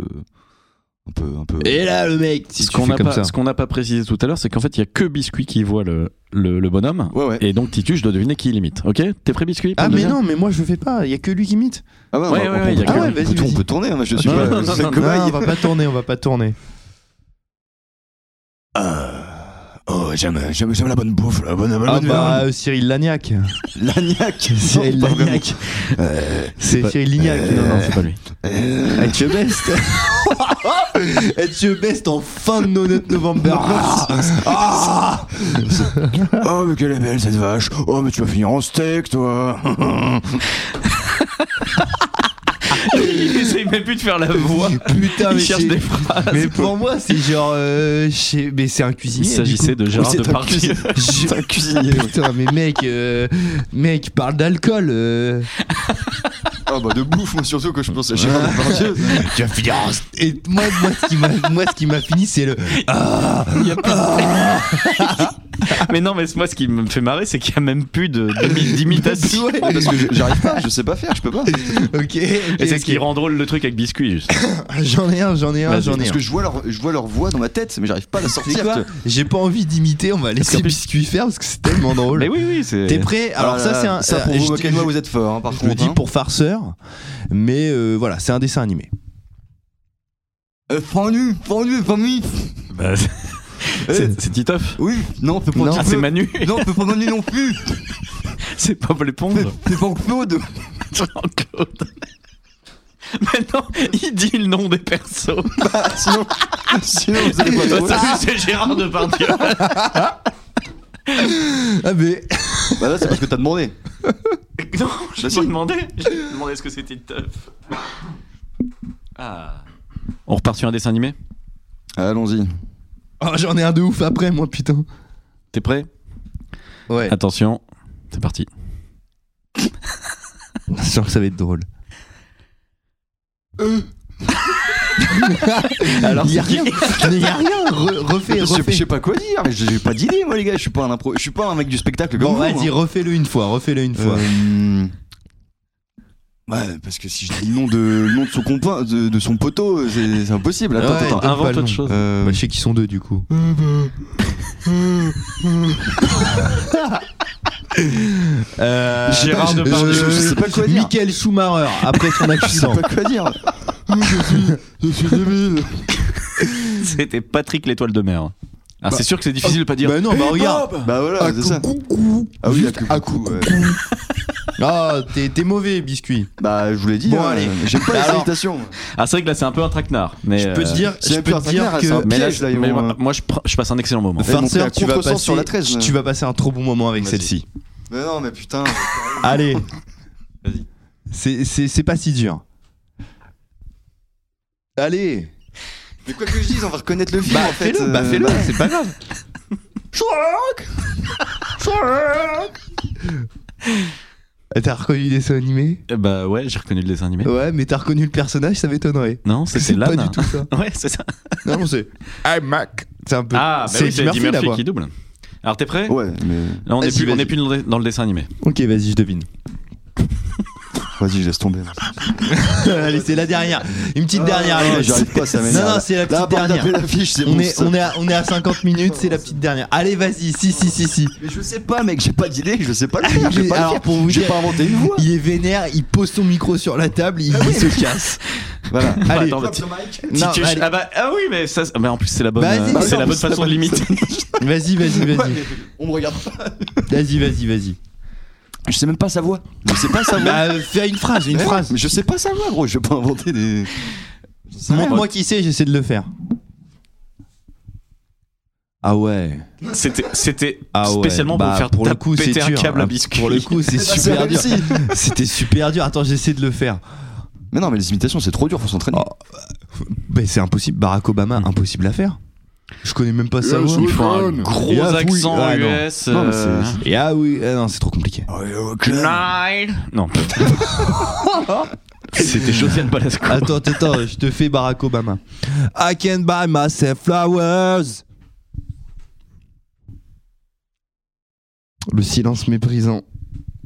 Speaker 6: Un peu, un peu...
Speaker 5: Et là le mec. Si
Speaker 4: ce
Speaker 5: tu
Speaker 4: qu'on
Speaker 5: fais
Speaker 4: n'a
Speaker 5: comme
Speaker 4: pas,
Speaker 5: ça.
Speaker 4: ce qu'on n'a pas précisé tout à l'heure, c'est qu'en fait, il y a que Biscuit qui voit le, le, le bonhomme.
Speaker 6: Ouais ouais.
Speaker 4: Et donc Titus, je dois deviner qui il imite. Ok T'es prêt Biscuit pour
Speaker 5: Ah
Speaker 4: le
Speaker 5: mais non
Speaker 4: deuxième
Speaker 5: mais moi je fais pas. Il y a que lui qui imite.
Speaker 6: Ah bah,
Speaker 4: Ouais, ouais,
Speaker 6: on,
Speaker 4: ouais,
Speaker 6: on
Speaker 4: y a
Speaker 6: peut,
Speaker 4: que-
Speaker 6: on peut-
Speaker 5: Vas-y,
Speaker 6: on peut-
Speaker 5: vas-y.
Speaker 6: on peut tourner, hein, je suis
Speaker 4: Non,
Speaker 6: pas-
Speaker 4: non,
Speaker 6: je suis
Speaker 4: non,
Speaker 6: cobaye.
Speaker 5: Non, on va pas tourner, on va pas tourner.
Speaker 6: Oh, j'aime, j'aime, j'aime la bonne bouffe, la bonne, la bonne
Speaker 5: Ah
Speaker 6: bonne
Speaker 5: bah euh, Cyril Lagnac.
Speaker 6: viande.
Speaker 5: [LAUGHS]
Speaker 6: Lagnac
Speaker 5: Cyril
Speaker 6: Non, pas
Speaker 5: Lagnac.
Speaker 6: vraiment. Euh,
Speaker 5: C'est
Speaker 4: pas-
Speaker 5: Cyril Lignac.
Speaker 4: Non, non, c'est pas lui.
Speaker 6: euh,
Speaker 5: At your [LAUGHS] best. At your best en fin de no- novembre.
Speaker 6: ah [LAUGHS] oh, mais qu'elle est belle cette vache Oh, mais tu vas finir en steak, [LAUGHS] toi
Speaker 4: [LAUGHS] [LAUGHS] il essaye même plus de faire la voix.
Speaker 5: Putain, mais,
Speaker 4: il cherche
Speaker 5: c'est-
Speaker 4: des phrases.
Speaker 5: mais pour moi, c'est genre. euh, je sais- mais c'est un
Speaker 4: il
Speaker 5: cuisinier.
Speaker 4: s'agissait de Gérard
Speaker 6: Oui, c'est un
Speaker 4: Depardieu.
Speaker 6: [LAUGHS] cuisinier.
Speaker 5: du coup. Je-
Speaker 6: un cuisinier.
Speaker 5: [LAUGHS] Putain, mais mec, euh, mec, parle d'alcool. euh.
Speaker 6: Ah bah de bouffe, moi surtout que je pense à Gérard [LAUGHS] Depardieu.
Speaker 5: Tu vas finir en- Et moi, moi, ce qui m'a- moi, ce qui m'a fini, c'est le.
Speaker 4: Il y a plus de- mais non, mais moi, ce qui me fait marrer, c'est qu'il n'y a même plus de-
Speaker 5: [LAUGHS]
Speaker 4: d'imi- d'imitation.
Speaker 5: Ouais.
Speaker 6: Parce que je- j'arrive pas, je sais pas faire, je peux pas.
Speaker 5: ok.
Speaker 4: Et c'est ce qui rend drôle le truc avec Biscuit, juste.
Speaker 5: J'en ai un, j'en ai un,
Speaker 4: Vas-y,
Speaker 5: j'en ai
Speaker 6: Parce
Speaker 5: un.
Speaker 6: que je vois leur, je vois leur voix dans ma tête, mais j'arrive pas à la
Speaker 5: C'est
Speaker 6: sortir.
Speaker 5: quoi
Speaker 6: tu-
Speaker 5: J'ai pas envie d'imiter, on va laisser
Speaker 4: qu'en plus-
Speaker 5: Biscuit faire parce que c'est tellement drôle.
Speaker 4: Mais oui, oui, c'est.
Speaker 5: Oh T'es prêt Alors
Speaker 6: Ah là
Speaker 5: ça
Speaker 6: là,
Speaker 5: c'est un
Speaker 6: Ça pour
Speaker 5: euh,
Speaker 6: vous
Speaker 5: je-
Speaker 6: moquer de moi,
Speaker 5: je-
Speaker 6: vous êtes fort, hein, par
Speaker 5: je
Speaker 6: contre.
Speaker 5: le dis
Speaker 6: hein.
Speaker 5: pour farceur, mais euh, voilà, c'est un dessin animé.
Speaker 6: Euh, Fendu, fendu, fendu.
Speaker 4: Bah, c'est-
Speaker 5: Euh,
Speaker 4: c'est c'est Titoff.
Speaker 6: Oui, non, fais pas
Speaker 5: Non.
Speaker 6: un
Speaker 4: Ah,
Speaker 6: petit
Speaker 4: c'est
Speaker 5: [LAUGHS]
Speaker 6: peu.
Speaker 4: Manu.
Speaker 6: Non, fais pas Manu non plus.
Speaker 4: C'est Bob l'éponge.
Speaker 6: Fais fais pas Claude.
Speaker 4: Jean-Claude. Maintenant, il dit le nom des persos.
Speaker 6: Bah, [LAUGHS] sinon, sinon, vous allez pas trouver.
Speaker 4: Salut, c'est Gérard Depardieu.
Speaker 5: Ah mais
Speaker 6: Bah là, c'est parce que t'as demandé.
Speaker 4: [LAUGHS] Non, je
Speaker 6: je Bah
Speaker 4: me
Speaker 6: me si.
Speaker 4: demandais. Je me demandais ce que c'était Titoff. Ah. On repart sur un dessin animé
Speaker 6: Allons-y.
Speaker 5: Oh, j'en ai un de ouf après moi putain. Ah,
Speaker 4: T'es prêt
Speaker 5: Ouais.
Speaker 4: Attention, c'est parti.
Speaker 5: sûr que ça va être drôle. [LAUGHS] Alors Euh. il y a rien, il y a rien. Re- refais,
Speaker 6: Je sais- je
Speaker 5: refais.
Speaker 6: sais pas quoi dire, mais j'ai j'ai pas d'idée, moi, les gars. Je suis pas un impro, je suis pas un mec du spectacle comme
Speaker 5: Bon
Speaker 6: vous.
Speaker 5: vas-y,
Speaker 6: hein.
Speaker 5: refais-le une fois, refais-le une fois.
Speaker 6: Euh, Ouais, parce que si je dis le nom de, le nom de son compas, de, de son poteau, c'est c'est impossible. Attends,
Speaker 5: Ouais,
Speaker 6: attends.
Speaker 5: donne pas
Speaker 4: invente
Speaker 5: le
Speaker 4: autre
Speaker 5: nom.
Speaker 4: chose.
Speaker 6: Euh,
Speaker 5: Bah, je sais qu'ils sont deux du [LAUGHS] coup. Euh,
Speaker 4: Gérard
Speaker 5: je-
Speaker 4: Depardieu.
Speaker 5: je-
Speaker 6: Je sais pas quoi dire.
Speaker 5: Michael Schumacher après [LAUGHS] son
Speaker 6: Je sais
Speaker 5: accident.
Speaker 6: pas quoi dire.
Speaker 4: C'était Patrick l'étoile de mer. Ah, c'est sûr que c'est difficile de pas dire.
Speaker 5: Bah non, bah regarde.
Speaker 6: Bah voilà, c'est ça. Ah oui, à coucou, ouais.
Speaker 5: Ah, t'es t'es mauvais, biscuit.
Speaker 6: Bah, je vous l'ai dit.
Speaker 5: Bon,
Speaker 6: hein,
Speaker 5: allez.
Speaker 6: J'aime pas
Speaker 5: Bah
Speaker 6: les
Speaker 5: alors.
Speaker 6: citations.
Speaker 4: Ah, c'est vrai que là, c'est un peu un traquenard. Mais
Speaker 5: Je peux te
Speaker 4: euh,
Speaker 5: dire,
Speaker 6: c'est
Speaker 5: je
Speaker 6: même
Speaker 5: peux
Speaker 6: plus un
Speaker 5: te dire
Speaker 6: traquenard,
Speaker 5: que
Speaker 6: c'est un
Speaker 4: Mais là,
Speaker 6: piège, là, ils
Speaker 4: mais
Speaker 6: vont,
Speaker 4: moi,
Speaker 6: euh,
Speaker 4: moi, je, pr- je passe un excellent moment.
Speaker 6: Ils vont faire
Speaker 5: farceur, tu vas
Speaker 6: contresens
Speaker 5: passer
Speaker 6: sur la 13.
Speaker 5: tu vas passer un trop bon moment avec
Speaker 6: Vas-y.
Speaker 5: celle-ci.
Speaker 6: Mais non, mais putain.
Speaker 5: Allez.
Speaker 4: Vas-y.
Speaker 5: C'est- C'est c'est pas si dur. Allez.
Speaker 6: Mais quoi que je dise, on va reconnaître le film en fait.
Speaker 5: fais-le, bah,
Speaker 6: Euh,
Speaker 5: fais-le, c'est pas
Speaker 6: [LAUGHS]
Speaker 5: grave. Ah, T'as reconnu le dessin animé
Speaker 4: Eh Bah ouais, j'ai reconnu le dessin animé.
Speaker 5: Ouais, mais t'as reconnu le personnage, ça m'étonnerait.
Speaker 4: Non, c'était
Speaker 5: Euh, C'est pas
Speaker 4: l'âne.
Speaker 5: du tout
Speaker 4: [LAUGHS]
Speaker 5: ça.
Speaker 4: Ouais, c'est ça.
Speaker 5: Non, non, c'est. I'm Mac. C'est un peu.
Speaker 4: Ah, bah oui, c'est Eddie
Speaker 5: la
Speaker 4: Murphy
Speaker 5: voix.
Speaker 4: qui double. Alors t'es prêt
Speaker 6: Ouais, mais
Speaker 4: Là, on
Speaker 5: Vas-y,
Speaker 4: n'est plus, on
Speaker 5: vas-y.
Speaker 4: est plus dans le- dans le dessin animé.
Speaker 5: Ok, vas-y, je devine.
Speaker 6: vas-y, je laisse tomber.
Speaker 5: [LAUGHS] Allez, c'est la dernière. Une petite dernière,
Speaker 6: Ah,
Speaker 5: les
Speaker 6: non,
Speaker 5: gars.
Speaker 6: j'y arrive pas, ça
Speaker 5: Non,
Speaker 6: m'énerve.
Speaker 5: non, c'est la
Speaker 6: Là, à
Speaker 5: petite
Speaker 6: part
Speaker 5: dernière.
Speaker 6: taper l'affiche, c'est
Speaker 5: On
Speaker 6: bon,
Speaker 5: est,
Speaker 6: ça.
Speaker 5: on, est à, on est à 50 minutes, c'est la petite dernière. Allez, vas-y, si, si, si, si.
Speaker 6: Mais je sais pas, mec, j'ai pas d'idée, je sais pas le faire,
Speaker 5: Ah, Il
Speaker 6: j'ai
Speaker 5: est-
Speaker 6: pas, le
Speaker 5: alors,
Speaker 6: faire.
Speaker 5: pour vous
Speaker 6: J'ai
Speaker 5: dire-
Speaker 6: pas inventé une voix. Ah
Speaker 5: Il est vénère, il pose son micro sur la table, il, il se casse. [LAUGHS]
Speaker 6: Voilà.
Speaker 5: Allez.
Speaker 4: attends, bah,
Speaker 6: Drop the mic.
Speaker 4: Si
Speaker 5: Non,
Speaker 4: tu-
Speaker 5: allez.
Speaker 4: ah, bah, ah oui, mais ça, c'est- bah, en plus c'est la bonne,
Speaker 5: Vas-y,
Speaker 4: euh,
Speaker 5: vas-y,
Speaker 4: c'est
Speaker 6: en
Speaker 4: la
Speaker 6: plus,
Speaker 4: bonne
Speaker 6: c'est la
Speaker 4: façon de
Speaker 6: bonne
Speaker 4: limiter.
Speaker 5: Vas-y, vas-y,
Speaker 6: Ouais,
Speaker 5: vas-y.
Speaker 6: mais on me regarde pas.
Speaker 5: Vas-y, vas-y, vas-y.
Speaker 6: Je sais même pas sa voix. Je sais pas sa voix.
Speaker 5: Bah, euh, fais une phrase, une
Speaker 6: Ouais,
Speaker 5: phrase.
Speaker 6: Mais je sais pas sa voix, gros, je vais pas inventer des.
Speaker 5: Montre-moi qui c'est, j'essaie de le faire. Ah ouais.
Speaker 4: [LAUGHS] C'était, c'était
Speaker 5: Ah ouais.
Speaker 4: spécialement
Speaker 5: Bah,
Speaker 4: pour faire
Speaker 5: pour le coup, c'est
Speaker 4: péter un
Speaker 5: dur,
Speaker 4: câble
Speaker 5: hein.
Speaker 4: à biscuit.
Speaker 5: Pour le coup,
Speaker 4: [LAUGHS]
Speaker 5: c'est
Speaker 6: Ah, c'est
Speaker 5: super dur.
Speaker 6: réussi.
Speaker 5: [LAUGHS] C'était super dur. Attends, j'essaie de le faire.
Speaker 6: Mais non, mais les imitations, c'est trop dur, faut s'entraîner.
Speaker 5: Oh. Mais c'est impossible. Barack Obama, impossible à faire. Je connais même pas sa voix.
Speaker 4: il faut un gros
Speaker 5: Et avoué-
Speaker 4: accent
Speaker 5: Ah, non.
Speaker 4: US.
Speaker 6: Non, mais c'est-
Speaker 4: euh,
Speaker 5: Et ah oui, ah non, c'est trop compliqué.
Speaker 4: Nine. Non. [LAUGHS] C'était Josiane Balasco.
Speaker 5: Attends, attends, je te fais Barack Obama. I can buy myself flowers. Le silence méprisant.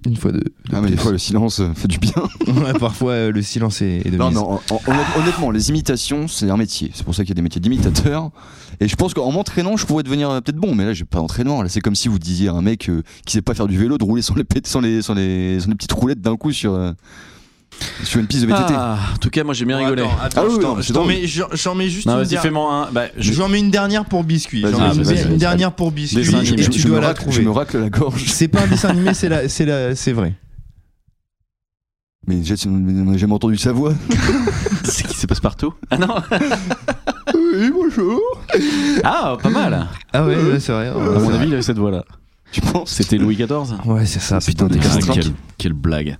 Speaker 5: Une fois de.
Speaker 6: Ah, mais des fois, le silence euh, fait du bien.
Speaker 5: Ouais, parfois euh, le silence est, est de
Speaker 6: Non,
Speaker 5: mise.
Speaker 6: non, hon- hon- honnêtement, les imitations, c'est un métier. C'est pour ça qu'il y a des métiers d'imitateur. Et je pense qu'en m'entraînant, je pourrais devenir euh, peut-être bon, mais là, j'ai pas d'entraînement. Là, c'est comme si vous disiez à un mec euh, qui sait pas faire du vélo de rouler sans les, pét- sans les, sans les, sans les petites roulettes d'un coup sur, euh, sur une piste de VTT.
Speaker 4: Ah, en tout cas, moi j'ai bien
Speaker 5: Bon,
Speaker 4: rigolé.
Speaker 5: attends, attends,
Speaker 6: Ah oui,
Speaker 5: je t'en-
Speaker 6: non, mais
Speaker 5: je
Speaker 6: c'est
Speaker 5: t'en
Speaker 6: drôle.
Speaker 5: mets- je- j'en mets juste
Speaker 4: Non,
Speaker 5: une
Speaker 4: vas-y,
Speaker 5: dernière.
Speaker 4: fais-moi un. Bah, je-
Speaker 5: J'en mets une dernière pour biscuit.
Speaker 6: Vas-y,
Speaker 5: J'en mets une,
Speaker 4: vas-y,
Speaker 5: une
Speaker 4: vas-y.
Speaker 5: dernière pour biscuit.
Speaker 4: Dessin animé.
Speaker 5: Et
Speaker 6: je,
Speaker 5: tu
Speaker 6: je me
Speaker 5: dois la
Speaker 6: racle, je
Speaker 5: trouver.
Speaker 6: me racle la gorge.
Speaker 5: C'est pas un dessin animé, c'est la, c'est la, c'est vrai.
Speaker 6: Mais j'ai j'ai jamais entendu sa voix.
Speaker 4: [LAUGHS] C'est qui se passe partout Ah non
Speaker 6: Oui, bonjour.
Speaker 4: Ah, pas mal
Speaker 5: Ah ouais, ouais, c'est vrai.
Speaker 4: À
Speaker 5: ouais,
Speaker 4: mon
Speaker 5: c'est
Speaker 4: avis, il a eu cette voix-là.
Speaker 6: Tu penses
Speaker 4: C'était Louis XIV
Speaker 5: vrai. Ouais, c'est ça. Putain,
Speaker 6: dingue.
Speaker 5: des
Speaker 6: Ah,
Speaker 5: castres.
Speaker 4: quelle, quelle blague.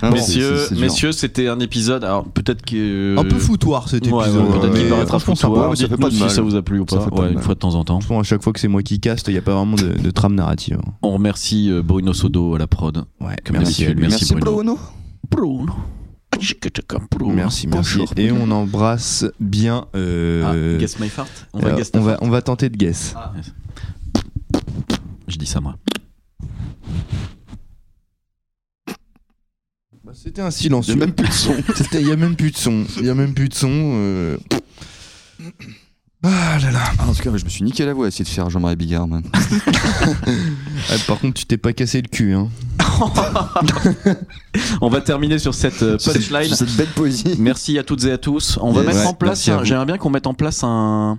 Speaker 6: Ah non, c'est-
Speaker 4: messieurs,
Speaker 6: c'est- c'est dur.
Speaker 4: messieurs, c'était un épisode. Alors peut-être que
Speaker 5: Un peu foutoir cet
Speaker 4: Ouais, ouais,
Speaker 5: épisode.
Speaker 4: peut-être
Speaker 5: mais
Speaker 4: qu'il paraîtra
Speaker 5: franchement,
Speaker 4: foutoir.
Speaker 5: sympa.
Speaker 6: Ouais, mais ça fait
Speaker 4: Dites-nous
Speaker 6: pas de mal.
Speaker 4: si ça vous a plu ou
Speaker 6: Ça
Speaker 4: pas.
Speaker 6: fait pas de
Speaker 4: Ouais, une
Speaker 6: mal.
Speaker 4: fois de temps en temps.
Speaker 5: Franchement, à chaque fois que c'est moi qui caste, il n'y a pas vraiment de, de trame narrative.
Speaker 4: On remercie euh, Bruno Sodo à la prod.
Speaker 5: Ouais,
Speaker 4: Comme d'habitude,
Speaker 5: Merci,
Speaker 4: merci, Bruno.
Speaker 6: Bruno.
Speaker 4: Bruno. Je Ah, que te comme Bruno.
Speaker 5: merci. merci.
Speaker 4: Bonjour.
Speaker 5: Et on embrasse bien.
Speaker 4: Ah,
Speaker 5: euh,
Speaker 4: guess my fart. On
Speaker 5: euh,
Speaker 4: va guess ta
Speaker 5: on va
Speaker 4: fart.
Speaker 5: on va tenter de guess.
Speaker 4: Je dis ça moi.
Speaker 5: Bah, C'était un
Speaker 6: Il
Speaker 5: silencieux.
Speaker 6: n'y a même plus de son.
Speaker 5: C'était- Il y a même plus de son. Il y a même plus de son. euh. Ah là là.
Speaker 6: Ah, en tout cas, je me suis niqué la voix à essayer de faire Jean-Marie Bigard, man.
Speaker 5: Ah, par contre, tu t'es pas cassé le cul. Hein.
Speaker 4: On va terminer sur cette euh,
Speaker 6: Sur cette-
Speaker 4: punchline.
Speaker 6: sur Cette belle poésie.
Speaker 4: Merci à toutes et à tous. On va
Speaker 6: Yes.
Speaker 4: mettre
Speaker 6: Ouais,
Speaker 4: en place.
Speaker 6: merci à
Speaker 4: un-
Speaker 6: vous.
Speaker 4: J'aimerais bien qu'on mette en place un,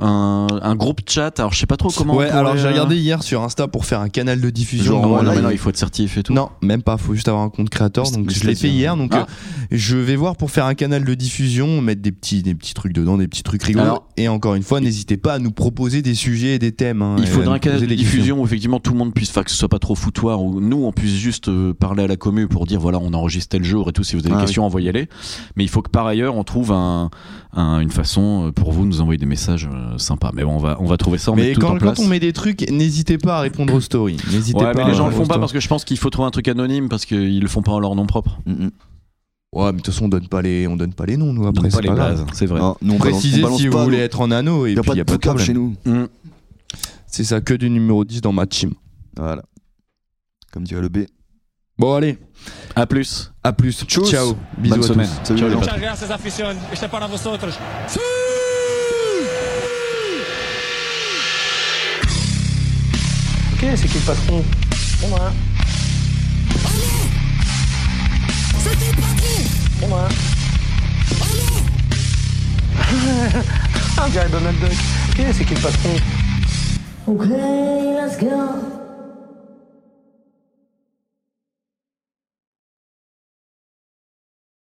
Speaker 4: un, un groupe chat. Alors je sais pas trop comment. on
Speaker 5: ouais,
Speaker 4: pourrait,
Speaker 5: alors j'ai
Speaker 4: euh,
Speaker 5: regardé hier sur Insta pour faire un canal de diffusion.
Speaker 4: Genre,
Speaker 5: de
Speaker 4: non,
Speaker 6: euh,
Speaker 5: mon
Speaker 4: non, mais
Speaker 5: live.
Speaker 4: non, il faut être certif et tout.
Speaker 5: Non, même pas. Faut juste avoir un compte créateur.
Speaker 6: Juste-
Speaker 5: Donc
Speaker 6: juste
Speaker 5: je l'ai
Speaker 6: la
Speaker 5: fait
Speaker 6: dire.
Speaker 5: hier. Donc
Speaker 4: Ah.
Speaker 5: euh, je vais voir pour faire un canal de diffusion, mettre des petits, des petits trucs dedans, des petits trucs rigolos.
Speaker 4: Alors-
Speaker 5: et encore une fois, n'hésitez pas à nous proposer des sujets et des thèmes. hein,
Speaker 4: Il
Speaker 5: et à
Speaker 4: faudrait
Speaker 5: nous
Speaker 4: un canal
Speaker 5: poser
Speaker 4: de
Speaker 5: des questions.
Speaker 4: diffusion où effectivement tout le monde puisse, enfin que ce soit pas trop foutoir, où nous on puisse juste euh, parler à la commu pour dire voilà on enregistre tel jour et tout, si vous avez des
Speaker 6: Ah,
Speaker 4: questions envoyez-les. Mais il faut que par ailleurs on trouve un, un- une façon euh, pour vous de nous envoyer des messages euh, sympas. Mais bon on va, on va trouver ça, on
Speaker 5: Mais
Speaker 4: met tout
Speaker 5: quand,
Speaker 4: en
Speaker 5: quand
Speaker 4: place.
Speaker 5: on met des trucs, n'hésitez pas à répondre aux stories. N'hésitez
Speaker 4: Ouais,
Speaker 5: pas. euh,
Speaker 4: mais
Speaker 5: à
Speaker 4: les gens le
Speaker 5: répondre
Speaker 4: font
Speaker 5: aux
Speaker 4: pas
Speaker 5: stories.
Speaker 4: parce que je pense qu'il faut trouver un truc anonyme parce qu'ils le font pas en leur nom propre.
Speaker 6: Mm, mm.
Speaker 5: Ouais, mais de toute façon, on donne pas les, on donne pas les noms, nous, après.
Speaker 4: Donc,
Speaker 5: c'est
Speaker 4: pas les
Speaker 5: grave. Ah.
Speaker 4: bases, c'est vrai.
Speaker 6: Non, nous, on balance-
Speaker 5: Précisez
Speaker 6: on balance
Speaker 5: si vous
Speaker 6: pas,
Speaker 5: voulez
Speaker 6: nous.
Speaker 5: être en anneau et
Speaker 6: Il n'y a
Speaker 5: puis
Speaker 6: pas
Speaker 5: il
Speaker 6: de
Speaker 5: a pas de
Speaker 6: poucave
Speaker 5: problème.
Speaker 6: chez nous.
Speaker 4: Mm.
Speaker 5: C'est ça, que du numéro 10 dans ma team.
Speaker 6: Voilà. Comme dirait le B.
Speaker 5: Bon, allez,
Speaker 4: À plus.
Speaker 5: à plus.
Speaker 6: Tchuss.
Speaker 5: Ciao. Bisous
Speaker 4: Bonne
Speaker 5: à
Speaker 4: semaine.
Speaker 5: tous.
Speaker 6: Salut,
Speaker 4: Ciao,
Speaker 6: les
Speaker 4: les
Speaker 6: gens.
Speaker 4: potes.
Speaker 1: Muchas gracias, afición. Este es para vosotros.
Speaker 2: Ok, c'est qui le patron Bon ben,
Speaker 7: C'était pas trop
Speaker 2: bon ben. On dirait Donald Duck. Ok, c'est qui le patron
Speaker 3: Okay, let's go.